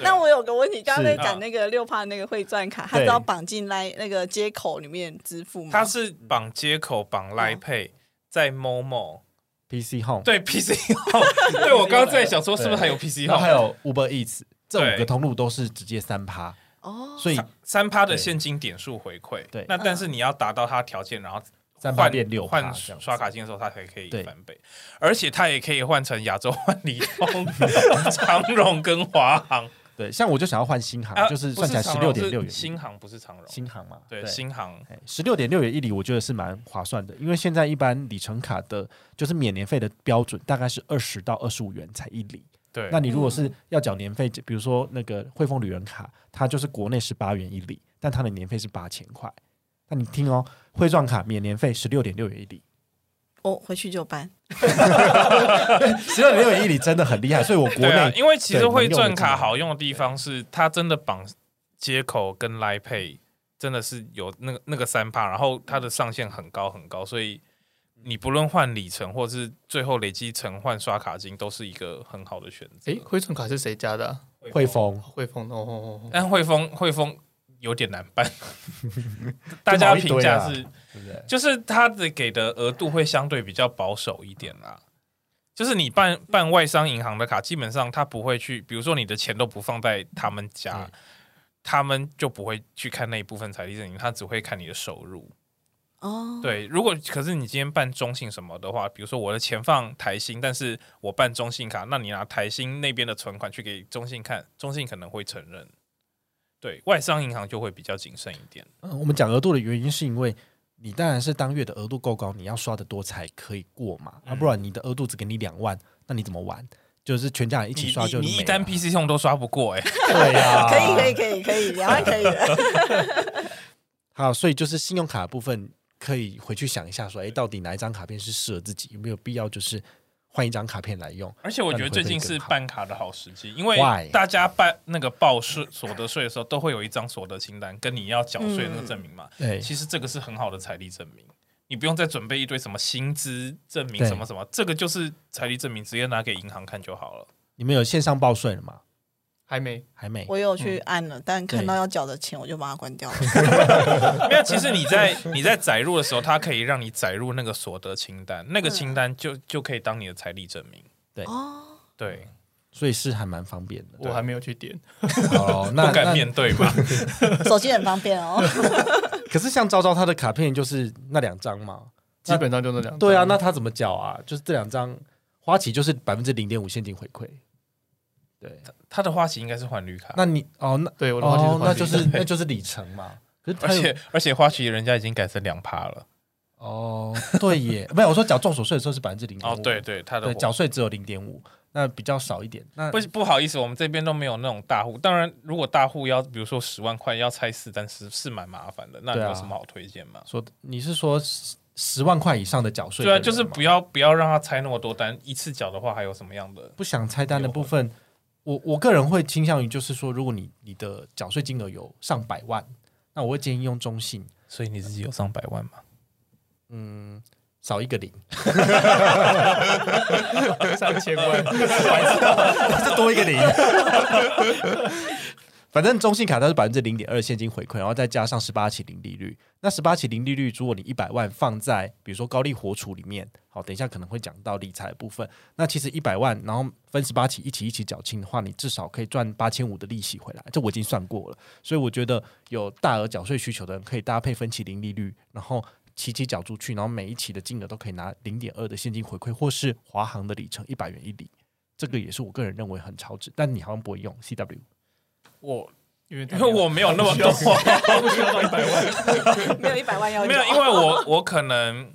Speaker 3: 那我有个问题，刚刚在
Speaker 2: 是
Speaker 3: 讲那个六趴那个会赚卡，它
Speaker 2: 对
Speaker 3: 是要绑进来那个接口里面支付吗？
Speaker 1: 它是绑接口、
Speaker 3: 嗯
Speaker 1: 绑 Line Pay，在 Momo
Speaker 2: PC Home，
Speaker 1: 对 PC 号，对我刚刚在想说是不是还有 PC
Speaker 2: 然
Speaker 1: 号，
Speaker 2: 后还有 Uber Eats，这五个
Speaker 1: 对
Speaker 2: 通路都是直接三趴，
Speaker 3: 哦，
Speaker 2: 所以
Speaker 1: 三趴的
Speaker 2: 对
Speaker 1: 现金点数回馈。
Speaker 2: 对
Speaker 1: 那但是你要达到它条件，然后
Speaker 2: 三趴
Speaker 1: 换
Speaker 2: 变六趴
Speaker 1: 换
Speaker 2: 这样子。
Speaker 1: 刷卡金的时候，它才可以
Speaker 2: 对
Speaker 1: 翻倍，而且它也可以换成亚洲万里通、 *laughs* 长荣跟华航，
Speaker 2: 对，像我就想要换新航，
Speaker 1: 啊
Speaker 2: 就是
Speaker 1: 不
Speaker 2: 算起来
Speaker 1: 长
Speaker 2: 十
Speaker 1: 荣
Speaker 2: 六点六
Speaker 1: 是
Speaker 2: 元。
Speaker 1: 新航不是长荣，
Speaker 2: 新航嘛，
Speaker 1: 对新航
Speaker 2: 十六点六元一里，我觉得是蛮划算的，因为现在一般里程卡的，就是免年费的标准大概是二十到二十五元才一里。
Speaker 1: 对，
Speaker 2: 那你如果是要缴年费，比如说那个汇丰旅人卡，它就是国内十八元一里，但它的年费是八千块。那你听哦，汇赚卡免年费十六点六元一里，
Speaker 3: 我回去就办。
Speaker 2: 十六点六元一里真的很厉害，所以我国
Speaker 1: 对啊，
Speaker 2: 内
Speaker 1: 因为其实
Speaker 2: 对
Speaker 1: 会
Speaker 2: 能用的
Speaker 1: 赚
Speaker 2: 进来
Speaker 1: 卡好用的地方是，它真的绑接口跟 Line Pay 真的是有那个那个三趴，然后它的上限很高很高，所以你不论换里程或是最后累积成换刷卡金，都是一个很好的选择
Speaker 4: *laughs* 诶，。汇存卡是谁家的啊？
Speaker 2: 汇，丰
Speaker 4: 汇丰的哦哦哦哦，
Speaker 1: 但汇丰汇丰有点难
Speaker 2: *laughs*
Speaker 1: 办，大家评价是
Speaker 2: 啊对不对？
Speaker 1: 就是它的给的额度会相对比较保守一点啦。就是你办办外商银行的卡，基本上他不会去，比如说你的钱都不放在他们家，
Speaker 2: 嗯
Speaker 1: 他们就不会去看那一部分财力证明，他只会看你的收入。
Speaker 3: 哦，，
Speaker 1: 对，如果可是你今天办中信什么的话，比如说我的钱放台新，但是我办中信卡，那你拿台新那边的存款去给中信看，中信可能会承认。对外商银行就会比较谨慎一点。
Speaker 2: 嗯，我们讲额度的原因是因为你当然是当月的额度够高，你要刷的多才可以过嘛，啊，
Speaker 1: 嗯
Speaker 2: 不然你的额度只给你两万，那你怎么玩？就是全家人一
Speaker 1: 你
Speaker 2: 起刷
Speaker 1: 你
Speaker 2: 就
Speaker 1: 你
Speaker 2: 没
Speaker 1: 一
Speaker 2: 了
Speaker 1: 单 PC 用都刷不
Speaker 2: *laughs*
Speaker 1: 过哎、欸
Speaker 2: 对呀、
Speaker 3: 可以可以。可以可以，两万可以的。
Speaker 2: 好，所以就是信用卡的部分可以回去想一下说，哎，到底哪一张卡片是适合自己？有没有必要就是换一张卡片来用？
Speaker 1: 而且我觉得最近是办卡的好时机，因为
Speaker 2: Why？
Speaker 1: 大家办那个报税所得税的时候，都会有一张所得清单，跟你要缴税的那个证明嘛。
Speaker 2: 对，
Speaker 1: 其实这个是很好的财力证明，你不用再准备一堆什么薪资证明
Speaker 2: 对
Speaker 1: 什么什么，这个就是财力证明，直接拿给银行看就好了。 *laughs*
Speaker 2: 你们有线上报税了吗？
Speaker 4: 还没。
Speaker 2: 还没。
Speaker 3: 我有去按了，但看到要缴的钱，我就把它关
Speaker 1: *laughs*
Speaker 3: 掉了。
Speaker 1: 没有，其实你在 *laughs* 你在载入的时候，它可以让你载入那个所得清单，那个清单就就可以当你的财力证明。
Speaker 3: 哦，
Speaker 1: 对，
Speaker 2: 所以是还蛮方便的。
Speaker 4: 我还没有去点，
Speaker 1: *laughs*
Speaker 2: 哦，那
Speaker 1: 不敢
Speaker 2: 那
Speaker 1: 面对嘛。 *laughs*
Speaker 3: 手机很方便哦。
Speaker 2: 可是像昭昭他的卡片就是那两张嘛，
Speaker 4: 基本上就那两张。
Speaker 2: 对啊，那他怎么缴啊？就是这两张花旗就是百分之零点五现金回馈。对，啊
Speaker 1: 他的花旗应该是换绿卡，
Speaker 2: 那你哦，那
Speaker 4: 对我的话
Speaker 2: 哦，那
Speaker 4: 就
Speaker 2: 就是是那就是里程嘛。可是
Speaker 1: 而
Speaker 2: 他有
Speaker 1: 且而且花旗人家已经改成两趴了。
Speaker 2: 哦，对耶，没有我说缴重所税的时候是百分之零点
Speaker 1: 哦
Speaker 2: 五，，
Speaker 1: 对对，他的
Speaker 2: 对，
Speaker 1: 活
Speaker 2: 缴税只有零点五，那比较少一点。那
Speaker 1: 不不好意思，我们这边都没有那种大户。当然，如果大户要比如说十万块要拆四单是是蛮麻烦的。那你
Speaker 2: 对啊
Speaker 1: 有什么好推荐吗？
Speaker 2: 说你是说十十万块以上的缴税的
Speaker 1: 对啊，
Speaker 2: 人吗？
Speaker 1: 就是不要不要让他拆那么多单，一次缴的话还有什么样的？
Speaker 2: 不想拆单的部分，我我个人会倾向于就是说，如果你你的缴税金额有上百万，那我会建议用中信。
Speaker 1: 所以你自己有上百万吗？
Speaker 2: 嗯，少一个零，
Speaker 4: *laughs* 三千万，
Speaker 2: 这多一个零。反正中信卡它是百分之零点二现金回馈，然后再加上十八期零利率。那十八期零利率，如果你一百万放在比如说高利活储里面，好，等一下可能会讲到理财的部分。那其实一百万，然后分十八期一起一起缴清的话，你至少可以赚八千五的利息回来。这我已经算过了，所以我觉得有大额缴税需求的人可以搭配分期零利率，然后期期缴出去，然后每一期的金额都可以拿零点二的现金回馈，或是华航的里程一百元一里。这个也是我个人认为很超值，但你好像不会用 CW。
Speaker 1: 我
Speaker 4: 因为
Speaker 1: 因为我没有那么多，
Speaker 4: *laughs* 不需要到一百万，
Speaker 5: 没有一百万要
Speaker 1: *laughs* 没有，因为我我可能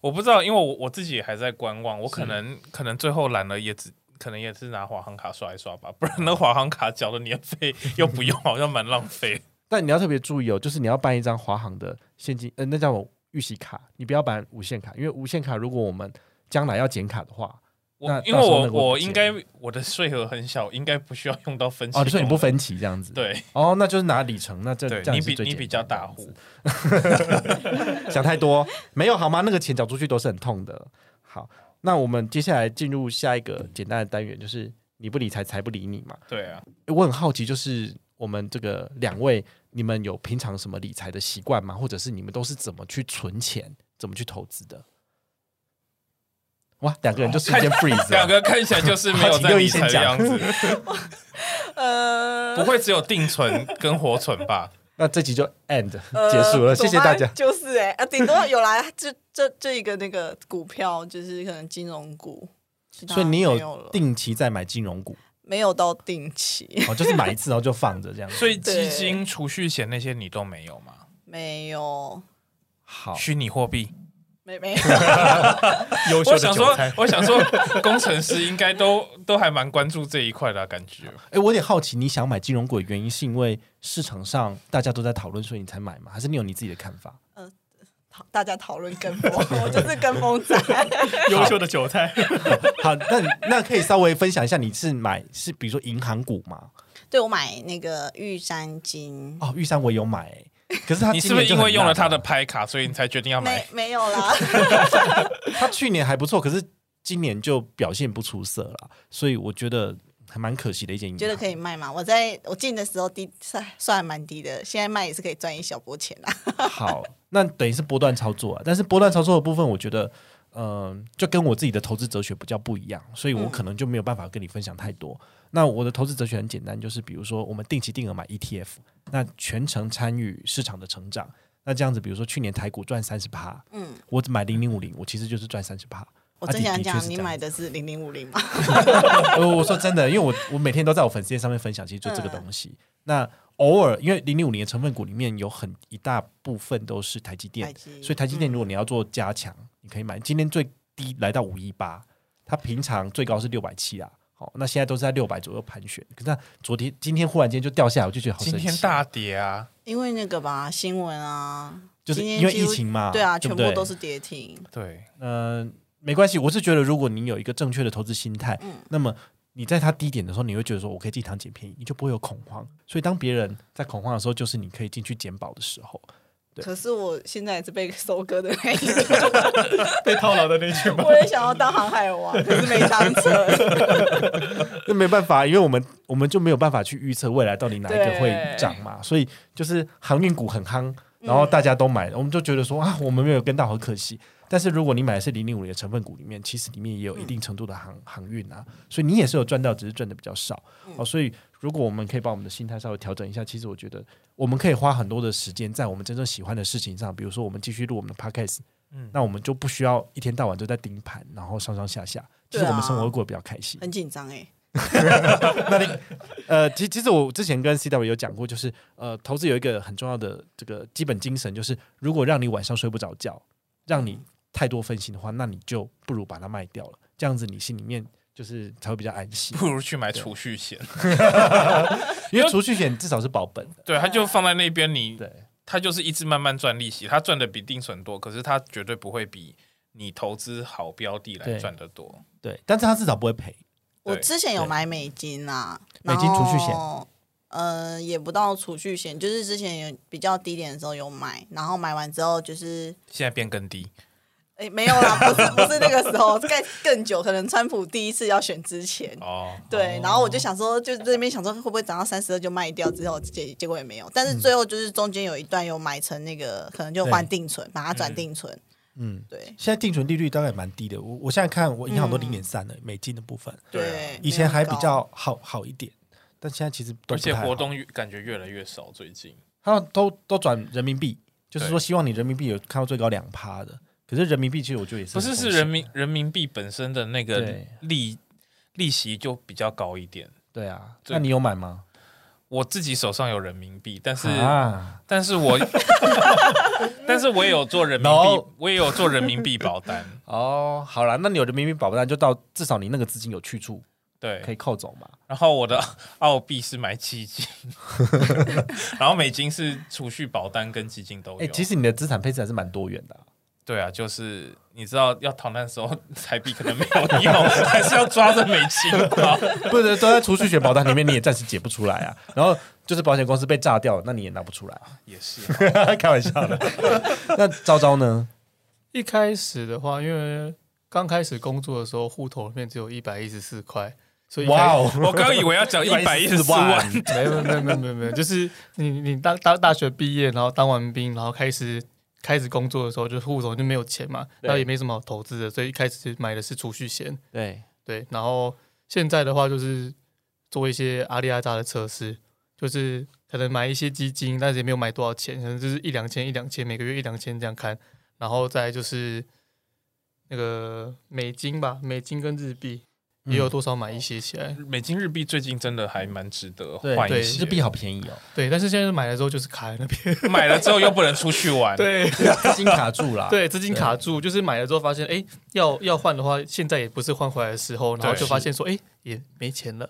Speaker 1: 我不知道，因为我我自己也还在观望，我可能可能最后懒了也只。可能也是拿华航卡刷一刷吧，不然那华航卡缴的年费又不用，好像蛮浪
Speaker 2: *laughs*
Speaker 1: 费。
Speaker 2: 但你要特别注意哦，就是你要办一张华航的现金，呃，那叫我预习卡，你不要办无限卡，因为无限卡如果我们将来要剪卡的话，那
Speaker 1: 我因为
Speaker 2: 到时候
Speaker 1: 我
Speaker 2: 那个我
Speaker 1: 我
Speaker 2: 不
Speaker 1: 应
Speaker 2: 见
Speaker 1: 该我的税额很小，应该不需要用到分期。
Speaker 2: 哦，所以你不？分期这样子，，
Speaker 1: 对
Speaker 2: 哦，那就是拿里程，那这
Speaker 1: 对
Speaker 2: 这，样
Speaker 1: 你
Speaker 2: 是
Speaker 1: 比
Speaker 2: 最
Speaker 1: 你
Speaker 2: 简
Speaker 1: 比
Speaker 2: 单
Speaker 1: 较
Speaker 2: 的
Speaker 1: 大
Speaker 2: 样子
Speaker 1: 户， *laughs*
Speaker 2: 想太多，没有好吗？那个钱缴出去都是很痛的。好，那我们接下来进入下一个简单的单元，就是你不理财，财不理你嘛。
Speaker 1: 对啊。
Speaker 2: 诶我很好奇，就是我们这个两位，你们有平常什么理财的习惯吗？或者是你们都是怎么去存钱，怎么去投资的？哇，两个人就瞬间 freeze
Speaker 1: 哦两
Speaker 2: 了。
Speaker 1: 个看起来就是没
Speaker 2: *laughs*
Speaker 1: 有在理财的样子，
Speaker 5: 呃
Speaker 1: 不会只有定存跟活存吧？
Speaker 2: 那这集就 end *laughs* 结束了，
Speaker 5: 呃
Speaker 2: 谢谢大
Speaker 5: 懂
Speaker 2: 家
Speaker 5: 吗。就是哎、啊，顶多有来这这这一个那个股票，就是可能金融股，其他
Speaker 2: 所以你
Speaker 5: 没有
Speaker 2: 有
Speaker 5: 了
Speaker 2: 定期在买金融股，
Speaker 5: 没有到定期？
Speaker 2: 哦，就是买一次然后就放着这样。
Speaker 1: 所以基金、储蓄险那些你都没有吗？
Speaker 5: 没有，
Speaker 2: *laughs* 好，
Speaker 1: 虚拟货币，
Speaker 5: 没没有，
Speaker 4: 优
Speaker 1: 我
Speaker 4: 秀的
Speaker 1: 想
Speaker 4: 韭
Speaker 1: 说
Speaker 4: 菜，。
Speaker 1: 我想说， *laughs* 工程师应该都都还蛮关注这一块的啊、感 *laughs* 觉。
Speaker 2: 哎、我有点好奇，你想买金融股的原因是因为市场上大家都在讨论，所以你才买吗？还是你有你自己的看法？ *laughs*
Speaker 5: 讨大家讨论跟风， *laughs* 我就是跟风仔。
Speaker 4: *laughs* 优秀的韭菜，
Speaker 2: 好，那那可以稍微分享一下，你是买是比如说银行股吗？
Speaker 3: *laughs* 对我买那个玉山金，
Speaker 2: 哦，玉山我有买、欸可是他
Speaker 1: 你
Speaker 2: 今
Speaker 1: 是不是
Speaker 2: 年就
Speaker 1: 因
Speaker 2: 很
Speaker 1: 为用了
Speaker 2: 烂啊
Speaker 1: 他的拍卡，所以你才决定要买
Speaker 3: 没？没有啦， *laughs*
Speaker 2: 他去年还不错，可是今年就表现不出色了，所以我觉得还蛮可惜的一件银行。
Speaker 3: 觉得可以卖吗？我在我进的时候低算算蛮低的，现在卖也是可以赚一小波钱
Speaker 2: 啊
Speaker 3: 啦。
Speaker 2: 好，那等于是波段操作啊。但是波段操作的部分，我觉得，嗯、就跟我自己的投资哲学比较不一样，所以我
Speaker 3: 嗯
Speaker 2: 可能就没有办法跟你分享太多。那我的投资哲学很简单，就是比如说我们定期定额买 ETF，那全程参与市场的成长。那这样子，比如说去年台股赚三十趴，
Speaker 3: 嗯，
Speaker 2: 我只买零零五零，我其实就是赚三十趴。
Speaker 3: 我
Speaker 2: 啊
Speaker 3: 真
Speaker 2: 的
Speaker 3: 想
Speaker 2: 的确
Speaker 3: 讲
Speaker 2: 是，这
Speaker 3: 你
Speaker 2: 样
Speaker 3: 买的是零零五零吗？
Speaker 2: *laughs* 我呃我说真的，因为我我每天都在我粉丝页上面分享，其实就这
Speaker 3: 嗯
Speaker 2: 个东西。那偶尔，因为零零五零的成分股里面有很一大部分都是台积电
Speaker 3: 台，积嗯
Speaker 2: 所以台积电如果你要做加强，你可以买。今天最低来到五一八，它平常最高是六百七啊。好，那现在都是在六百左右盘旋。可是它昨天、今天忽然间就掉下来，我就觉得好
Speaker 1: 今
Speaker 2: 神奇。
Speaker 1: 天大跌啊！
Speaker 3: 因为那个吧，新闻啊，
Speaker 2: 就是
Speaker 3: 今天
Speaker 2: 因为
Speaker 3: 几
Speaker 2: 疫
Speaker 3: 乎
Speaker 2: 情嘛，
Speaker 3: 对啊，
Speaker 2: 不
Speaker 3: 全部
Speaker 2: 对
Speaker 3: 都是跌停。
Speaker 1: 对，
Speaker 2: 呃，没关系，我是觉得如果你有一个正确的投资心态，那么你在它低点的时候，你会觉得说我可以进场捡便宜，你就不会有恐慌。所以当别人在恐慌的时候，就是你可以进去捡宝的时候。对
Speaker 5: 可是我现在也是被收割的那一种，
Speaker 4: *laughs*
Speaker 3: *laughs*
Speaker 4: 被套牢的那群吧。
Speaker 5: 我也想要当航海王，可是没当
Speaker 2: *laughs*
Speaker 5: 成。 *laughs*
Speaker 2: 那没办法，因为我们我们就没有办法去预测未来到底哪一个
Speaker 5: 对
Speaker 2: 会涨嘛，所以就是航运股很夯，然后大家都
Speaker 5: 嗯
Speaker 2: 买了，我们就觉得说啊，我们没有跟到，好可惜。但是如果你买的是零零五的成分股里面，其实里面也有一定程度的
Speaker 5: 嗯
Speaker 2: 航、航运啊，所以你也是有赚到，只是赚的比较少、哦。所以如果我们可以把我们的心态稍微调整一下，其实我觉得我们可以花很多的时间在我们真正喜欢的事情上，比如说我们继续录我们的 podcast，、那我
Speaker 5: 嗯
Speaker 2: 们就不需要一天到晚都在盯盘，然后上上下下，其实
Speaker 5: 对啊
Speaker 2: 我们生活会过得比较开心。
Speaker 3: 很紧张哎，
Speaker 2: 那你呃，其其实我之前跟 CW 有讲过，就是呃，投资有一个很重要的这个基本精神，就是如果让你晚上睡不着觉，让你太多分心的话，那你就不如把它卖掉了，这样子你心里面就是才会比较安心，
Speaker 1: 不如去买储蓄险。
Speaker 2: 因为储蓄险至少是保本的，
Speaker 1: 对，它就放在那边，你
Speaker 2: 对。
Speaker 1: 它就是一直慢慢赚利息，它赚的比定存多，可是它绝对不会比你投资好标的来
Speaker 2: 对
Speaker 1: 赚得多。
Speaker 2: 对，但是他至少不会赔。
Speaker 3: 我
Speaker 1: 对
Speaker 3: 之前有买美金啊，
Speaker 2: 美金储蓄险
Speaker 3: 然后，呃，也不到储蓄险，就是之前有比较低点的时候有买，然后买完之后就是
Speaker 1: 现在变更低，
Speaker 3: 哎，没有啦，不是不是那个时候，更更久，可能川普第一次要选之前。
Speaker 1: 哦，
Speaker 3: 对，然后我就想说，就这边想说会不会涨到三十二就卖掉，之后结结果也没有，但是
Speaker 2: 嗯
Speaker 3: 最后就是中间有一段有买成那个，可能就换定存，把它转定存。
Speaker 2: 嗯，
Speaker 3: 对
Speaker 2: 现在定存利率大概也蛮低的，我我现在看我银行都
Speaker 1: 嗯
Speaker 2: 零点三了，美金的部分，
Speaker 1: 对啊
Speaker 3: 对，
Speaker 2: 以前还比
Speaker 3: 没有很高
Speaker 2: 较好好一点，但现在其实都不
Speaker 1: 而
Speaker 2: 太
Speaker 1: 且
Speaker 2: 好
Speaker 1: 活动越感觉越来越少，最近
Speaker 2: 他们都都转人民币，就是
Speaker 1: 对
Speaker 2: 说希望你人民币有看到最高两趴的。可是人民币其实我觉得也是
Speaker 1: 不是
Speaker 2: 很
Speaker 1: 是
Speaker 2: 风险
Speaker 1: 人民人民币本身的那个
Speaker 2: 对
Speaker 1: 利利息就比较高一点。
Speaker 2: 对啊，
Speaker 1: 对
Speaker 2: 那你有买吗？
Speaker 1: 我自己手上有人民币，但是、
Speaker 2: 啊，
Speaker 1: 但
Speaker 2: *laughs*
Speaker 1: 是我但是我也有做人民
Speaker 2: No
Speaker 1: 币，我也有做人民币保单，
Speaker 2: 哦，好啦，那你有人民币保单就到至少你那个资金有去处
Speaker 1: 对
Speaker 2: 可，以扣走嘛。
Speaker 1: 然后我的澳币是买基金， *laughs* 然后美金是储蓄保单跟基金都有。
Speaker 2: 哎，其实你的资产配置还是蛮多元的啊。
Speaker 1: 对啊，就是你知道要逃难的时候，台币可能没有用， *laughs* 还是要抓着美金
Speaker 2: *laughs*
Speaker 1: 跑。
Speaker 2: 不是都在储蓄险保单里面，你也暂时解不出来 *laughs* 啊。然后就是保险公司被炸掉了，那你也拿不出来。
Speaker 1: 也是，
Speaker 2: *laughs*
Speaker 1: 啊
Speaker 2: 开玩笑的。 *laughs* 那招招呢？
Speaker 4: *laughs* 一开始的话，因为刚开始工作的时候，户头里面只有一百一十四块，所以一开
Speaker 2: 哇哦，
Speaker 1: 我刚以为要讲一百一十四万，
Speaker 4: *laughs* 没有没有没有没有没有，就是你你当当大学毕业，然后当完兵，然后开始开始工作的时候，就户头就没有钱嘛，
Speaker 2: 对
Speaker 4: 然后也没什么好投资的，所以一开始买的是储蓄险，
Speaker 2: 对，
Speaker 4: 对，然后现在的话就是做一些阿里阿扎的测试，就是可能买一些基金，但是也没有买多少钱，可能就是一两千一两千，每个月一两千这样看，然后再就是那个美金吧，美金跟日币
Speaker 2: 嗯
Speaker 4: 也有多少买一些起来，
Speaker 1: 美金日币最近真的还蛮值得
Speaker 2: 对
Speaker 1: 换
Speaker 4: 对
Speaker 1: 一
Speaker 2: 对，
Speaker 1: 些。
Speaker 2: 日币好便宜哦，
Speaker 4: 对，但是现在买了之后就是卡在那边，
Speaker 1: *laughs* 买了之后又不能出去玩，
Speaker 4: 对。
Speaker 2: 资金卡住了。
Speaker 4: *laughs* 对，资金卡住，就是买了之后发现，哎、要要换的话，现在也不是换回来的时候，然后
Speaker 1: 对
Speaker 4: 就发现说，哎、也没钱了。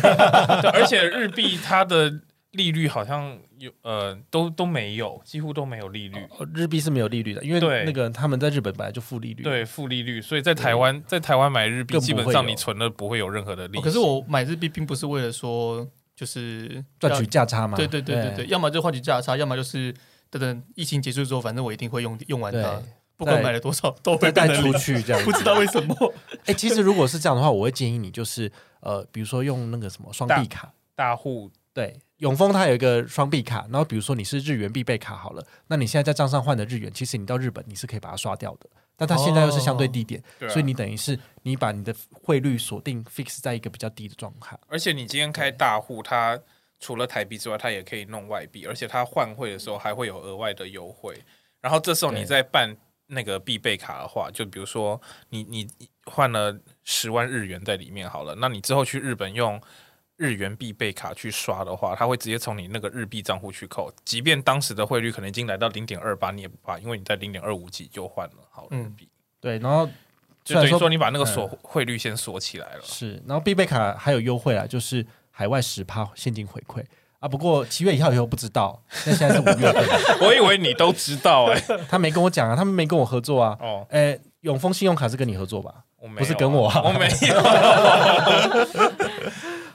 Speaker 1: 对而且日币它的利率好像有呃都都没有，几乎都没有利率，
Speaker 2: 哦，日币是没有利率的，因为
Speaker 1: 对
Speaker 2: 那个他们在日本本来就负利率。，
Speaker 1: 对负利率，所以在台湾在台湾买日币
Speaker 2: 更不
Speaker 1: 基本
Speaker 2: 会
Speaker 1: 上
Speaker 2: 有
Speaker 1: 你存了不会有任何的利
Speaker 4: 哦
Speaker 1: 息。
Speaker 4: 可是我买日币并不是为了说就是
Speaker 2: 赚取价差嘛。哎
Speaker 4: 对对对对对，要么就换取价差，要么就是等等疫情结束之后，反正我一定会用用完它
Speaker 2: 对，
Speaker 4: 不管
Speaker 2: 再
Speaker 4: 买了多少都
Speaker 2: 再
Speaker 4: 会
Speaker 2: 带
Speaker 4: 变成
Speaker 2: 出
Speaker 4: 零
Speaker 2: 去这样
Speaker 4: 不
Speaker 2: 子。
Speaker 4: 知道为什么。 *laughs*
Speaker 2: 哎，其实如果是这样的话，我会建议你就是呃，比如说用那个什么双币卡，
Speaker 1: 大户
Speaker 2: 对。永丰它有一个双币卡，然后比如说你是日元必备卡好了，那你现在在账上换的日元，其实你到日本你是可以把它刷掉的，但它现在又是相对低点，
Speaker 1: 对啊
Speaker 2: 所以你等于是你把你的汇率锁定 fix 在一个比较低的状态。
Speaker 1: 而且你今天开大户，它除了台币之外，它也可以弄外币，而且它换汇的时候还会有额外的优惠。然后这时候你
Speaker 2: 对
Speaker 1: 再办那个必备卡的话，就比如说你你换了十万日元在里面好了，那你之后去日本用日元必备卡去刷的话，它会直接从你那个日币账户去扣，即便当时的汇率可能已经来到零点二八，你也不怕，因为你在零点二五几就换了好日币，
Speaker 2: 对，然后
Speaker 1: 就
Speaker 2: 虽然
Speaker 1: 等于
Speaker 2: 说
Speaker 1: 哎说你把那个锁汇率先锁起来了。
Speaker 2: 是，然后必备卡还有优惠啊，就是海外十趴现金回馈啊。不过七月一号以后不知 *laughs* 道，那现在是五月份，
Speaker 1: *laughs* 我以为你都知道哎、
Speaker 2: 他没跟我讲啊，他们没跟我合作啊。
Speaker 1: *laughs* 哦。
Speaker 2: 哎，永丰信用卡是跟你合作吧？
Speaker 1: 我没有啊
Speaker 2: 不是跟我 *laughs* 啊
Speaker 1: 我没有。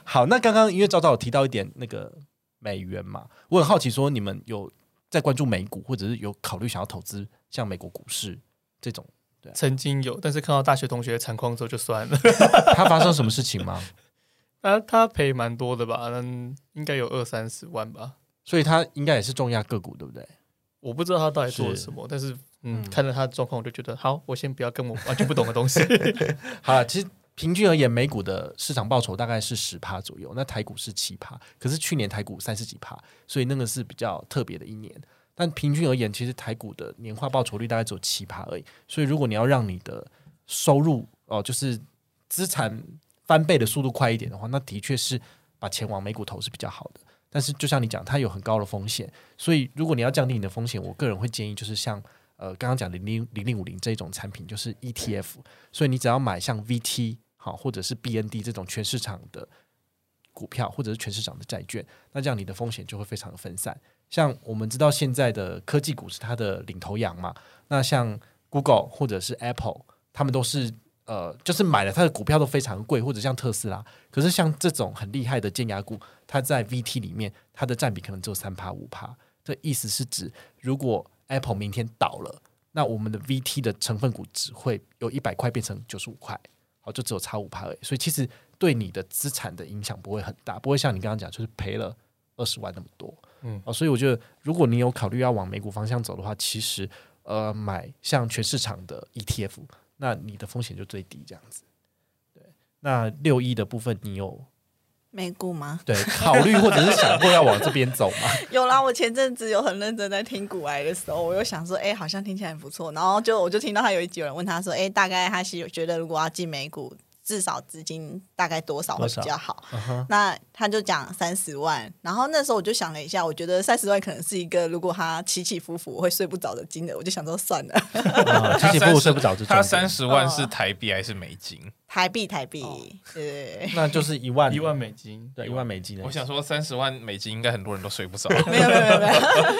Speaker 2: 好，那刚刚因为早早有提到一点那个美元嘛，我很好奇说你们有在关注美股，或者是有考虑想要投资像美国股市这种，
Speaker 4: 曾经有，但是看到大学同学的惨况之后就算
Speaker 2: *laughs*
Speaker 4: 了。
Speaker 2: 它发生什么事情吗？
Speaker 4: 他他赔蛮多的吧，嗯，应该有二三十万吧。
Speaker 2: *laughs* 所以它应该也是重压个股，对不对？
Speaker 4: 我不知道他到底做了
Speaker 2: 是
Speaker 4: 什么，但是。嗯，
Speaker 2: 嗯
Speaker 4: 看到他的状况，我就觉得好，我先不要跟我完全不懂
Speaker 2: *laughs*
Speaker 4: 的东西。
Speaker 2: 好了，其实平均而言，美股的市场报酬大概是十趴左右，那台股是七趴，可是去年台股三十几趴，所以那个是比较特别的一年。但平均而言，其实台股的年化报酬率大概只有七趴而已，所以如果你要让你的收入哦、就是资产翻倍的速度快一点的话，那的确是把钱往美股投是比较好的。但是就像你讲，它有很高的风险，所以如果你要降低你的风险，我个人会建议就是像呃刚刚讲零零零零五零这种产品，就是 E ETF，所以你只要买像 VT 好或者是 BND 这种全市场的股票或者是全市场的债券，那这样你的风险就会非常的分散。像我们知道现在的科技股是它的领头羊嘛，那像 Google 或者是 Apple，他们都是呃，就是买了它的股票都非常贵，或者像特斯拉。可是像这种很厉害的尖牙股，它在 VT 里面它的占比可能只有三趴五趴。这意思是指，如果 Apple 明天倒了，那我们的 VT 的成分股只会由一百块变成九十五块，好，就只有差五趴而已。所以其实对你的资产的影响不会很大，不会像你刚刚讲，就是赔了二十万那么多。
Speaker 4: 嗯
Speaker 2: 哦，所以我觉得如果你有考虑要往美股方向走的话，其实呃，买像全市场的 ETF，那你的风险就最低这样子。对，那六亿的部分你有
Speaker 3: 美股吗？
Speaker 2: 对考虑或者是想过要往这边走吗？
Speaker 3: 有啦，我前阵子有很认真在听古癌的时候，我又想说，哎、好像听起来很不错。然后就我就听到他有一集有人问他说，哎、大概他是觉得如果要进美股，至少资金大概多少会嗯比较好？那他就讲三十万。然后那时候我就想了一下，我觉得三十万可能是一个如果他起起伏伏我会睡不着的金额，我就想说算了，
Speaker 2: *laughs* 啊其实不如睡不着，就
Speaker 1: 他三
Speaker 2: 十，
Speaker 1: 十万是台币还是美金？
Speaker 3: *laughs* 台币台币，对对 *laughs* 对。
Speaker 2: 那就是一万
Speaker 4: 一万美金，
Speaker 2: 对一万美金的。
Speaker 1: 我想说三十万美金应该很多人都睡不 *laughs* 着。
Speaker 3: 没有没有没有 *laughs* 没有，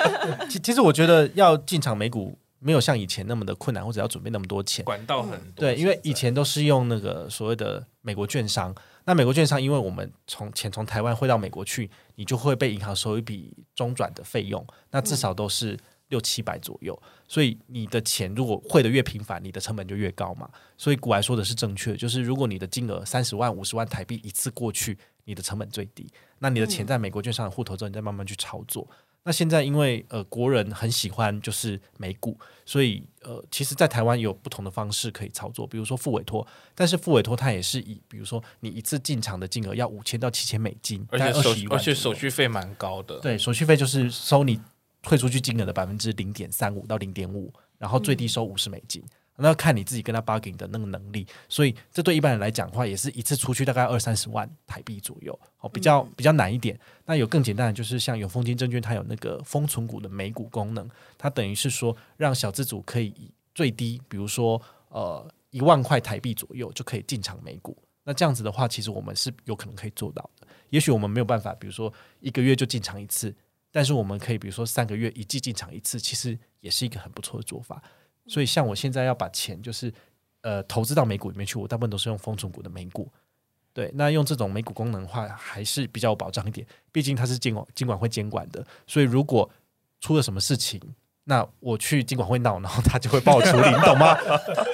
Speaker 2: 其其实我觉得要进场美股没有像以前那么的困难，或者要准备那么多钱。
Speaker 1: 管道很多。
Speaker 2: 对，因为以前都是用那个所谓的美国券商，那美国券商，因为我们从钱从台湾汇到美国去，你就会被银行收一笔中转的费用，那至少都是六七百左右。所以你的钱如果汇的越频繁，你的成本就越高嘛。所以古来说的是正确，就是如果你的金额三十万、五十万台币一次过去，你的成本最低，那你的钱在美国券商的户头之后，你再慢慢去操作。那现在因为呃国人很喜欢就是美股，所以呃，其实，在台湾有不同的方式可以操作，比如说付委托，但是付委托它也是以，比如说你一次进场的金额要五千到七千美金，
Speaker 1: 而
Speaker 2: 大
Speaker 1: 且
Speaker 2: 概
Speaker 1: 手
Speaker 2: 21万
Speaker 1: 而且
Speaker 2: 左
Speaker 1: 手
Speaker 2: 右
Speaker 1: 续费蛮高的，
Speaker 2: 对手续费就是收你退出去金额的百分之零点三五到零点五，然后最低收五十美金。那要看你自己跟他 bargain 的那个能力，所以这对一般人来讲的话，也是一次出去大概二三十万台币左右，哦，比较比较难一点。那有更简单的，就是像永丰金证券，它有那个封存股的美股功能，它等于是说让小资主可以以最低，比如说呃一万块台币左右就可以进场美股。那这样子的话，其实我们是有可能可以做到的。也许我们没有办法，比如说一个月就进场一次，但是我们可以比如说三个月一季进场一次，其实也是一个很不错的做法。
Speaker 4: 嗯
Speaker 2: 所以像我现在要把钱就是呃投资到美股里面去，我大部分都是用风存股的美股。对，那用这种美股功能的话，还是比较有保障一点，毕竟它是监管监管会监管的，所以如果出了什么事情，那我去监管会闹，然后他就会帮我处理，你懂
Speaker 4: *laughs*
Speaker 2: 吗？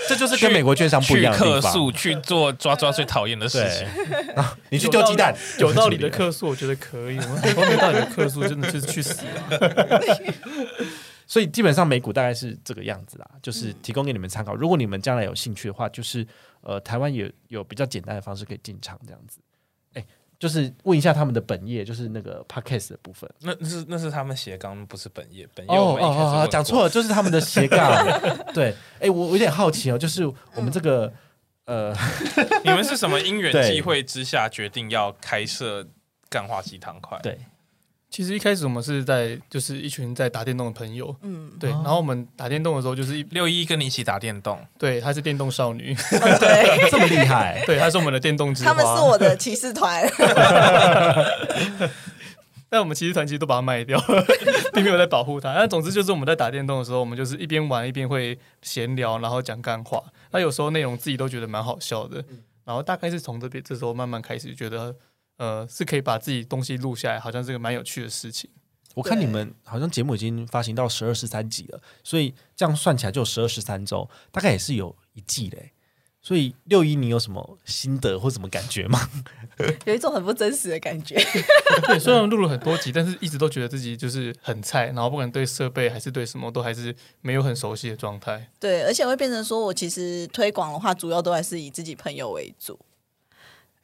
Speaker 2: 这就是跟
Speaker 1: 去
Speaker 2: 美国券商不一
Speaker 1: 去
Speaker 2: 样的地
Speaker 1: 客
Speaker 2: 方。
Speaker 1: 诉去做抓抓最讨厌的事情。
Speaker 2: *laughs* 你去丢鸡蛋，
Speaker 4: 有道
Speaker 2: *laughs*
Speaker 4: 理的客诉，我觉得可以。我们台湾没有道理的客诉，真的是去死啊！
Speaker 2: 所以基本上美股大概是这个样子啦，就是提供给你们参考。如果你们将来有兴趣的话，就是呃，台湾也有比较简单的方式可以进场这样子。哎，就是问一下他们的本业，就是那个 podcast 的部分。
Speaker 1: 那那是那是他们斜杠，不是本业。本业
Speaker 2: 哦
Speaker 1: 我们一开始
Speaker 2: 哦哦，
Speaker 1: 问
Speaker 2: 讲
Speaker 1: 过 *laughs*
Speaker 2: 错了，就是他们的斜杠。 *laughs* 对，哎，我我有点好奇哦，就是我们这个呃，
Speaker 1: 你们是什么因缘
Speaker 2: 对
Speaker 1: 际会之下决定要开设干化鸡汤块？
Speaker 2: 对，
Speaker 4: 其实一开始我们是在就是一群在打电动的朋友，
Speaker 3: 嗯，
Speaker 4: 对，然后我们打电动的时候就是一
Speaker 1: 六一跟你一起打电动，
Speaker 4: 对，她是电动
Speaker 3: *laughs*
Speaker 4: 少女，
Speaker 3: 哦
Speaker 2: *laughs*
Speaker 3: 对，
Speaker 2: 这么厉害，
Speaker 4: 对，她是我们的电动之
Speaker 3: 他
Speaker 4: 花。
Speaker 3: 们是我的骑士 *laughs* 团，
Speaker 4: 但我们骑士团其实都把它卖掉了， *laughs* 并没有在保护它。但总之就是我们在打电动的时候，我们就是一边玩一边会闲聊，然后讲干话。那有时候内容自己都觉得蛮好笑的，然后大概是从这边这时候慢慢开始觉得，呃，是可以把自己东西录下来，好像是个蛮有趣的事情。
Speaker 2: 我看你们好像节目已经发行到十二十三集了，所以这样算起来就十二十三周，大概也是有一季嘞。所以六一，你有什么心得或什么感觉吗？ *laughs*
Speaker 3: 有一种很不真实的感觉。
Speaker 4: 对，虽然录了很多集，但是一直都觉得自己就是很菜，然后不管对设备还是对什么都还是没有很熟悉的状态。
Speaker 3: 对，而且会变成说我其实推广的话，主要都还是以自己朋友为主。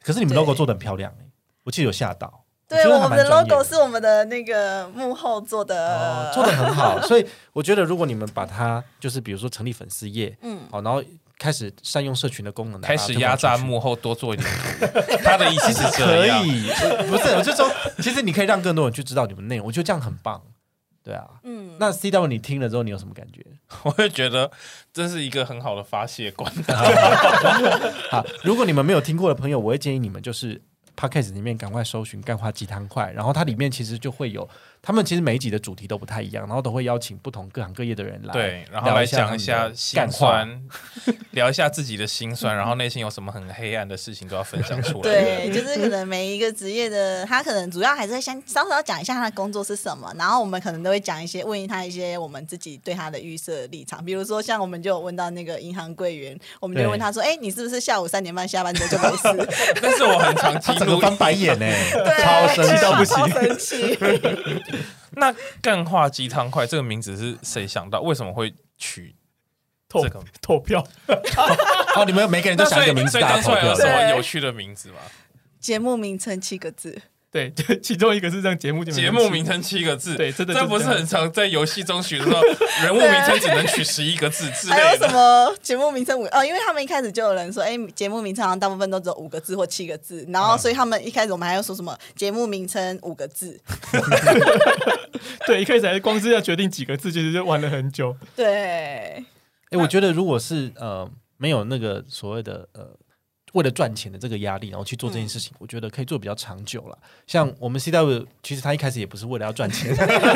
Speaker 2: 可是你们
Speaker 3: 对
Speaker 2: logo 做的很漂亮哎、我记得有吓到。
Speaker 3: 对，
Speaker 2: 觉得还
Speaker 3: 我
Speaker 2: 蛮
Speaker 3: 们的
Speaker 2: 专业
Speaker 3: logo 是我们的那个幕后做
Speaker 2: 哦
Speaker 3: 的，，呃 *laughs*
Speaker 2: 做的很好，所以我觉得如果你们把它就是比如说成立粉丝页，嗯
Speaker 3: 嗯，
Speaker 2: 好，然后开始善用社群的功能，
Speaker 1: 开始压
Speaker 2: 榨
Speaker 1: 榨幕后多做一点图。他的
Speaker 2: *laughs*
Speaker 1: 意思是
Speaker 2: 可
Speaker 1: 这样，
Speaker 2: 以， *laughs* 不是，我就说，其实你可以让更多人去知道你们内容，我觉得这样很棒。对啊，嗯，那 C W 你听了之后，你有什么感觉？
Speaker 1: 我就觉得这是一个很好的发泄管道。
Speaker 2: *laughs* 好，如果你们没有听过的朋友，我会建议你们就是 podcast 里面赶快搜寻“干话鸡汤块”，然后它里面其实就会有，他们其实每一集的主题都不太一样，然后都会邀请不同各行各业的人来，
Speaker 1: 对，然后
Speaker 2: 聊
Speaker 1: 来
Speaker 2: 一下他
Speaker 1: 讲一
Speaker 2: 们
Speaker 1: 下
Speaker 2: 的
Speaker 1: 心
Speaker 2: 干话。
Speaker 1: 酸， *laughs* 聊一下自己的心酸，然后内心有什么很黑暗的事情都要分享出来。
Speaker 3: 对，就是可能每一个职业的，他可能主要还是会先稍稍讲一下他的工作是什么，然后我们可能都会讲一些问他一些我们自己对他的预设立场，比如说像我们就有问到那个银行柜员，我们就会问他说：“哎、你是不是下午三点半下班之后就没事
Speaker 1: 但是我很常
Speaker 2: 他
Speaker 1: 记
Speaker 2: 整个
Speaker 1: 录
Speaker 2: 翻白眼呢、欸
Speaker 1: *laughs*
Speaker 2: *laughs*
Speaker 3: 对
Speaker 2: 超生气到不 *laughs* 行。？”
Speaker 3: 生气。 *laughs*
Speaker 1: 那“干话鸡汤块”这个名字是谁想到？为什么会取
Speaker 4: 投
Speaker 1: 这个？
Speaker 4: 投票，
Speaker 2: 哦，你们每个人都
Speaker 1: 那
Speaker 2: 想
Speaker 1: 所
Speaker 2: 一个
Speaker 1: 以
Speaker 2: 名字，
Speaker 1: 所以
Speaker 2: 大
Speaker 1: 当
Speaker 2: 家
Speaker 1: 初
Speaker 2: 投
Speaker 1: 有
Speaker 2: 票
Speaker 1: 什。么
Speaker 3: 对
Speaker 1: 有趣的名字吗？
Speaker 3: 节目名称七个字，
Speaker 4: 对，就其中一个是让节目
Speaker 1: 节目名称七个字，
Speaker 4: 对真的
Speaker 1: 这
Speaker 4: 就是
Speaker 1: 不是
Speaker 4: 这样
Speaker 1: 很常在游戏中取的时候，人物名称只能取十一个字之
Speaker 3: 还有
Speaker 1: 类
Speaker 3: 什
Speaker 1: 的。
Speaker 3: 么节目名称五哦？因为他们一开始就有人说，哎、节目名称好像大部分都只有五个字或七个字，然后所以他们一开始我们还要说什么节目名称五个字，
Speaker 4: 对，一开始还是光是要决定几个字，其实就玩了很久。
Speaker 3: 对，
Speaker 2: 哎、我觉得如果是呃没有那个所谓的呃为了赚钱的这个压力，然后去做这件事情，我觉得可以做比较长久了。像我们 CW，其实他一开始也不是为了要赚钱，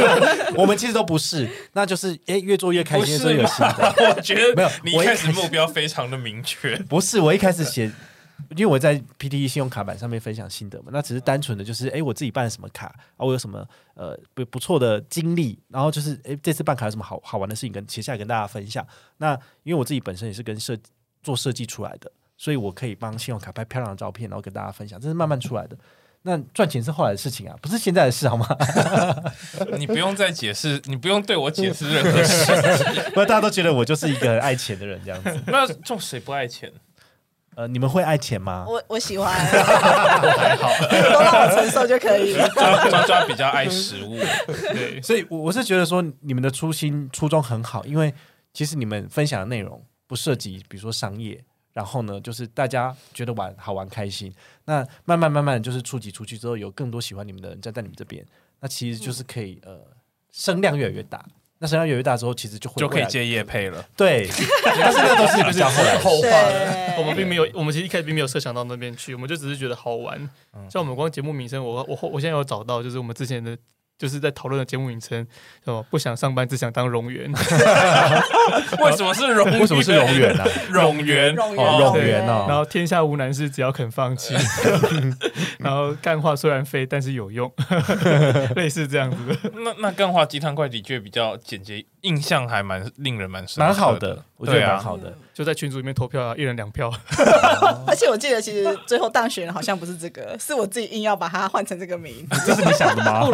Speaker 2: *laughs* 我们其实都不是，那就是哎、越做越开
Speaker 1: 不
Speaker 2: 心，越
Speaker 1: 是
Speaker 2: 做越有心得。
Speaker 1: *laughs* 我觉得
Speaker 2: 没有
Speaker 1: 你
Speaker 2: 我一
Speaker 1: 开
Speaker 2: 开
Speaker 1: 始目标非常的明确，
Speaker 2: 不是，我一开始写，因为我在 PTE 信用卡版上面分享心得嘛，那只是单纯的就是，哎、我自己办了什么卡啊，我有什么呃不不错的经历，然后就是，哎、这次办卡有什么好好玩的事情跟写下来跟大家分享。那因为我自己本身也是跟设做设计出来的，所以我可以帮信用卡拍漂亮的照片，然后跟大家分享，这是慢慢出来的。那赚钱是后来的事情啊，不是现在的事好吗？ *laughs*
Speaker 1: 你不用再解释，你不用对我解释任何事。
Speaker 2: 不然大家都觉得我就是一个很爱钱的人这样子。
Speaker 1: *laughs* 那这谁不爱钱？
Speaker 2: 呃，你们会爱钱吗？
Speaker 3: 我我喜欢，都让我承受就可以了。
Speaker 1: 抓抓抓比较爱食物，
Speaker 2: 啊
Speaker 4: 对，
Speaker 2: 所以，我我是觉得说，你们的初心初衷很好，因为其实你们分享的内容不涉及，比如说商业，然后呢，就是大家觉得玩好玩开心，那慢慢慢慢就是触及出去之后，有更多喜欢你们的人站在你们这边，那其实就是可以、呃，声量越来越大。那声量越来越大之后，其实就会
Speaker 1: 就可
Speaker 2: 未
Speaker 1: 以
Speaker 2: 来
Speaker 1: 接夜配了。
Speaker 2: 对，但是那都是比较后来的事
Speaker 4: 后话
Speaker 3: 对
Speaker 4: 我们并没有，我们其实一开始并没有设想到那边去，我们就只是觉得好玩。
Speaker 1: 嗯
Speaker 4: 像我们光节目名称，我我后我现在有找到，就是我们之前的。就是在讨论的节目名称，什么不想上班，只想当冗员。
Speaker 1: 为什么是冗员？
Speaker 2: 为什么是冗员
Speaker 1: *laughs*
Speaker 2: 啊？
Speaker 1: 冗员？
Speaker 3: 冗员
Speaker 1: 哦
Speaker 2: 冗员哦，
Speaker 4: 然后天下无难事，只要肯放弃。然后干话虽然废，但是有用，类似这样子的。
Speaker 1: 那那干话鸡汤块的确比较简洁，印象还蛮令人蛮深刻
Speaker 2: 蛮好的，我觉得
Speaker 1: 对啊
Speaker 2: 蛮好的。
Speaker 4: 就在群组里面投票啊，一人两票。
Speaker 3: 而且我记得，其实最后当选的好像不是这个，是我自己硬要把它换成这个名，
Speaker 2: 这是你想的吗？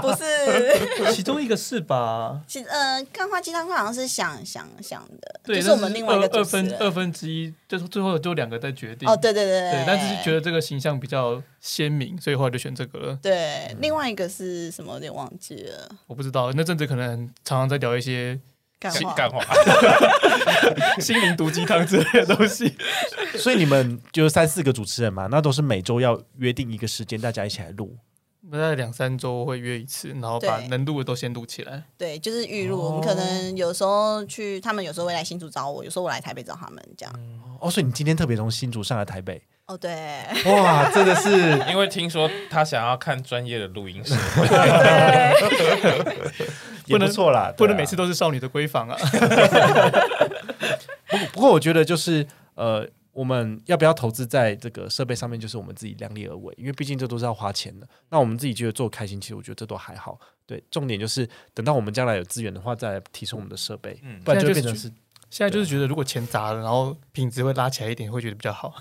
Speaker 3: 不是。
Speaker 4: 其中一个是吧？
Speaker 3: 其实，呃，干花鸡汤块好像是想想想的，
Speaker 4: 对，
Speaker 3: 就是我们另外一个
Speaker 4: 二
Speaker 3: 主
Speaker 4: 二
Speaker 3: 持
Speaker 4: 分
Speaker 3: 人。
Speaker 4: 二分之一，就是最后就两个在决定。
Speaker 3: 哦，对对对对，
Speaker 4: 对但是觉得这个形象比较鲜明，所以后来就选这个了。
Speaker 2: 嗯
Speaker 3: 对，另外一个是什么？有点忘记了。
Speaker 4: 我不知道那阵子可能常常在聊一些
Speaker 3: 干
Speaker 1: 干
Speaker 3: 话，
Speaker 1: 干话， *laughs*
Speaker 4: 心灵毒鸡汤之类的东西。
Speaker 2: 所以你们就三四个主持人嘛，那都是每周要约定一个时间，大家一起来录。
Speaker 4: *laughs* 大概两三周会约一次，然后把
Speaker 3: 对
Speaker 4: 能录的都先录起来。
Speaker 3: 对，就是预录。
Speaker 2: 哦
Speaker 3: 我们可能有时候去，他们有时候会来新竹找我，有时候我来台北找他们，这样。
Speaker 2: 哦，所以你今天特别从新竹上来台北，
Speaker 3: 哦，对，
Speaker 2: 哇，真的
Speaker 1: *laughs*
Speaker 2: 是。
Speaker 1: 因为听说他想要看专业的录
Speaker 2: *laughs*
Speaker 1: 音师，
Speaker 2: 也不错啦，
Speaker 4: 不
Speaker 2: 对
Speaker 4: 能
Speaker 2: 啊
Speaker 4: 每次。都是少女的闺房啊！
Speaker 2: 不过不过，我觉得就是呃，我们要不要投资在这个设备上面，就是我们自己量力而为，因为毕竟这都是要花钱的。那我们自己觉得做开心，其实我觉得这都还好。对，重点就是等到我们将来有资源的话，再来提升我们的设备，
Speaker 1: 嗯
Speaker 2: 不然就会
Speaker 4: 现在
Speaker 2: 变
Speaker 4: 就是
Speaker 2: 成是
Speaker 4: 现在就是
Speaker 2: 啊
Speaker 4: 觉得，如果钱砸了，然后品质会拉起来一点，会觉得比
Speaker 2: *laughs*
Speaker 4: 较好。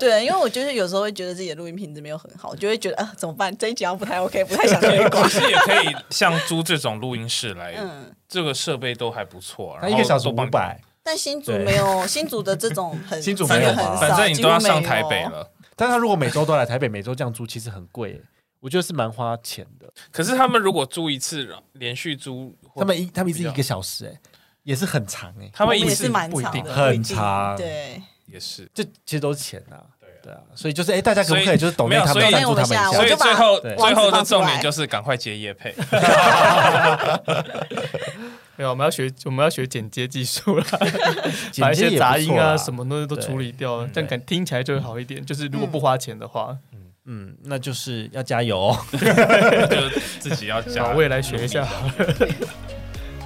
Speaker 3: 对，因为我就是有时候会觉得自己的录音品质没有很好，我就会觉得啊、怎么办？这一集好像不太 OK，不太想听。
Speaker 2: *laughs*
Speaker 1: 其实也可以像租这种录音室来，
Speaker 3: 嗯，
Speaker 1: 这个设备都还不错，
Speaker 2: 它
Speaker 1: 然
Speaker 2: 一
Speaker 1: 后
Speaker 2: 个小时
Speaker 1: 都帮
Speaker 2: 五
Speaker 1: 你，
Speaker 2: 百，
Speaker 3: 但新竹
Speaker 2: 对
Speaker 3: 没有新竹的这种很，
Speaker 2: 新竹
Speaker 3: 真
Speaker 1: 反
Speaker 2: 没
Speaker 3: 的
Speaker 2: 有
Speaker 1: 正
Speaker 3: 很
Speaker 2: 吧
Speaker 3: 少，哦
Speaker 1: 反正你都要
Speaker 3: 几乎
Speaker 1: 上
Speaker 3: 没有
Speaker 1: 台北。了。
Speaker 2: 但他如果每周都来台北，每周这样租，其实很贵耶，我觉得是蛮花钱的。
Speaker 1: 可是他们如果租一次，连续租，
Speaker 2: 他们一他们一次
Speaker 1: 比
Speaker 2: 一
Speaker 1: 较
Speaker 2: 个小时、哎，也是很长哎、
Speaker 1: 他
Speaker 3: 我
Speaker 1: 们
Speaker 3: 们
Speaker 1: 一
Speaker 3: 也
Speaker 1: 次
Speaker 3: 是蛮
Speaker 1: 不一
Speaker 3: 长
Speaker 1: 定
Speaker 3: 的，
Speaker 2: 很
Speaker 3: 不一定
Speaker 2: 长
Speaker 3: 对，
Speaker 1: 也是。
Speaker 2: 这其实都是钱呐、对啊，所以就是哎、大家可不可
Speaker 1: 所
Speaker 2: 以
Speaker 1: 以
Speaker 2: 就是抖
Speaker 1: 没
Speaker 2: 内
Speaker 1: 有
Speaker 2: 他们
Speaker 1: 所以
Speaker 2: 赞助他们一
Speaker 3: 我
Speaker 1: 所
Speaker 2: 下？
Speaker 1: 以
Speaker 3: 就把
Speaker 1: 最后
Speaker 2: 对
Speaker 1: 最后
Speaker 3: 网址
Speaker 1: 的
Speaker 3: 放出来
Speaker 1: 重点就是赶快接夜配，
Speaker 4: 没有，我们要学我们要学剪接技
Speaker 2: *laughs*
Speaker 4: 术啦，
Speaker 2: 剪
Speaker 4: 把
Speaker 2: 接
Speaker 4: 一些
Speaker 2: 也
Speaker 4: 杂音
Speaker 2: 不
Speaker 4: 啊
Speaker 2: 错啦嗯
Speaker 4: 什么东西都处理掉，这样感听起来就会好一点。就是如果不花钱的话，
Speaker 2: 嗯，那就是要加油、哦。
Speaker 1: 就自己要
Speaker 2: 啊
Speaker 1: 加
Speaker 4: 好，我也来学一下。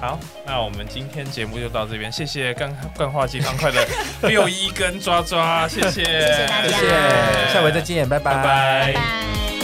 Speaker 1: 好，那我们今天节目就到这边，谢谢干干化鸡汤快的六一跟抓抓，谢谢，谢谢
Speaker 3: 大家
Speaker 2: 下回再见，拜
Speaker 1: 拜拜
Speaker 3: 拜。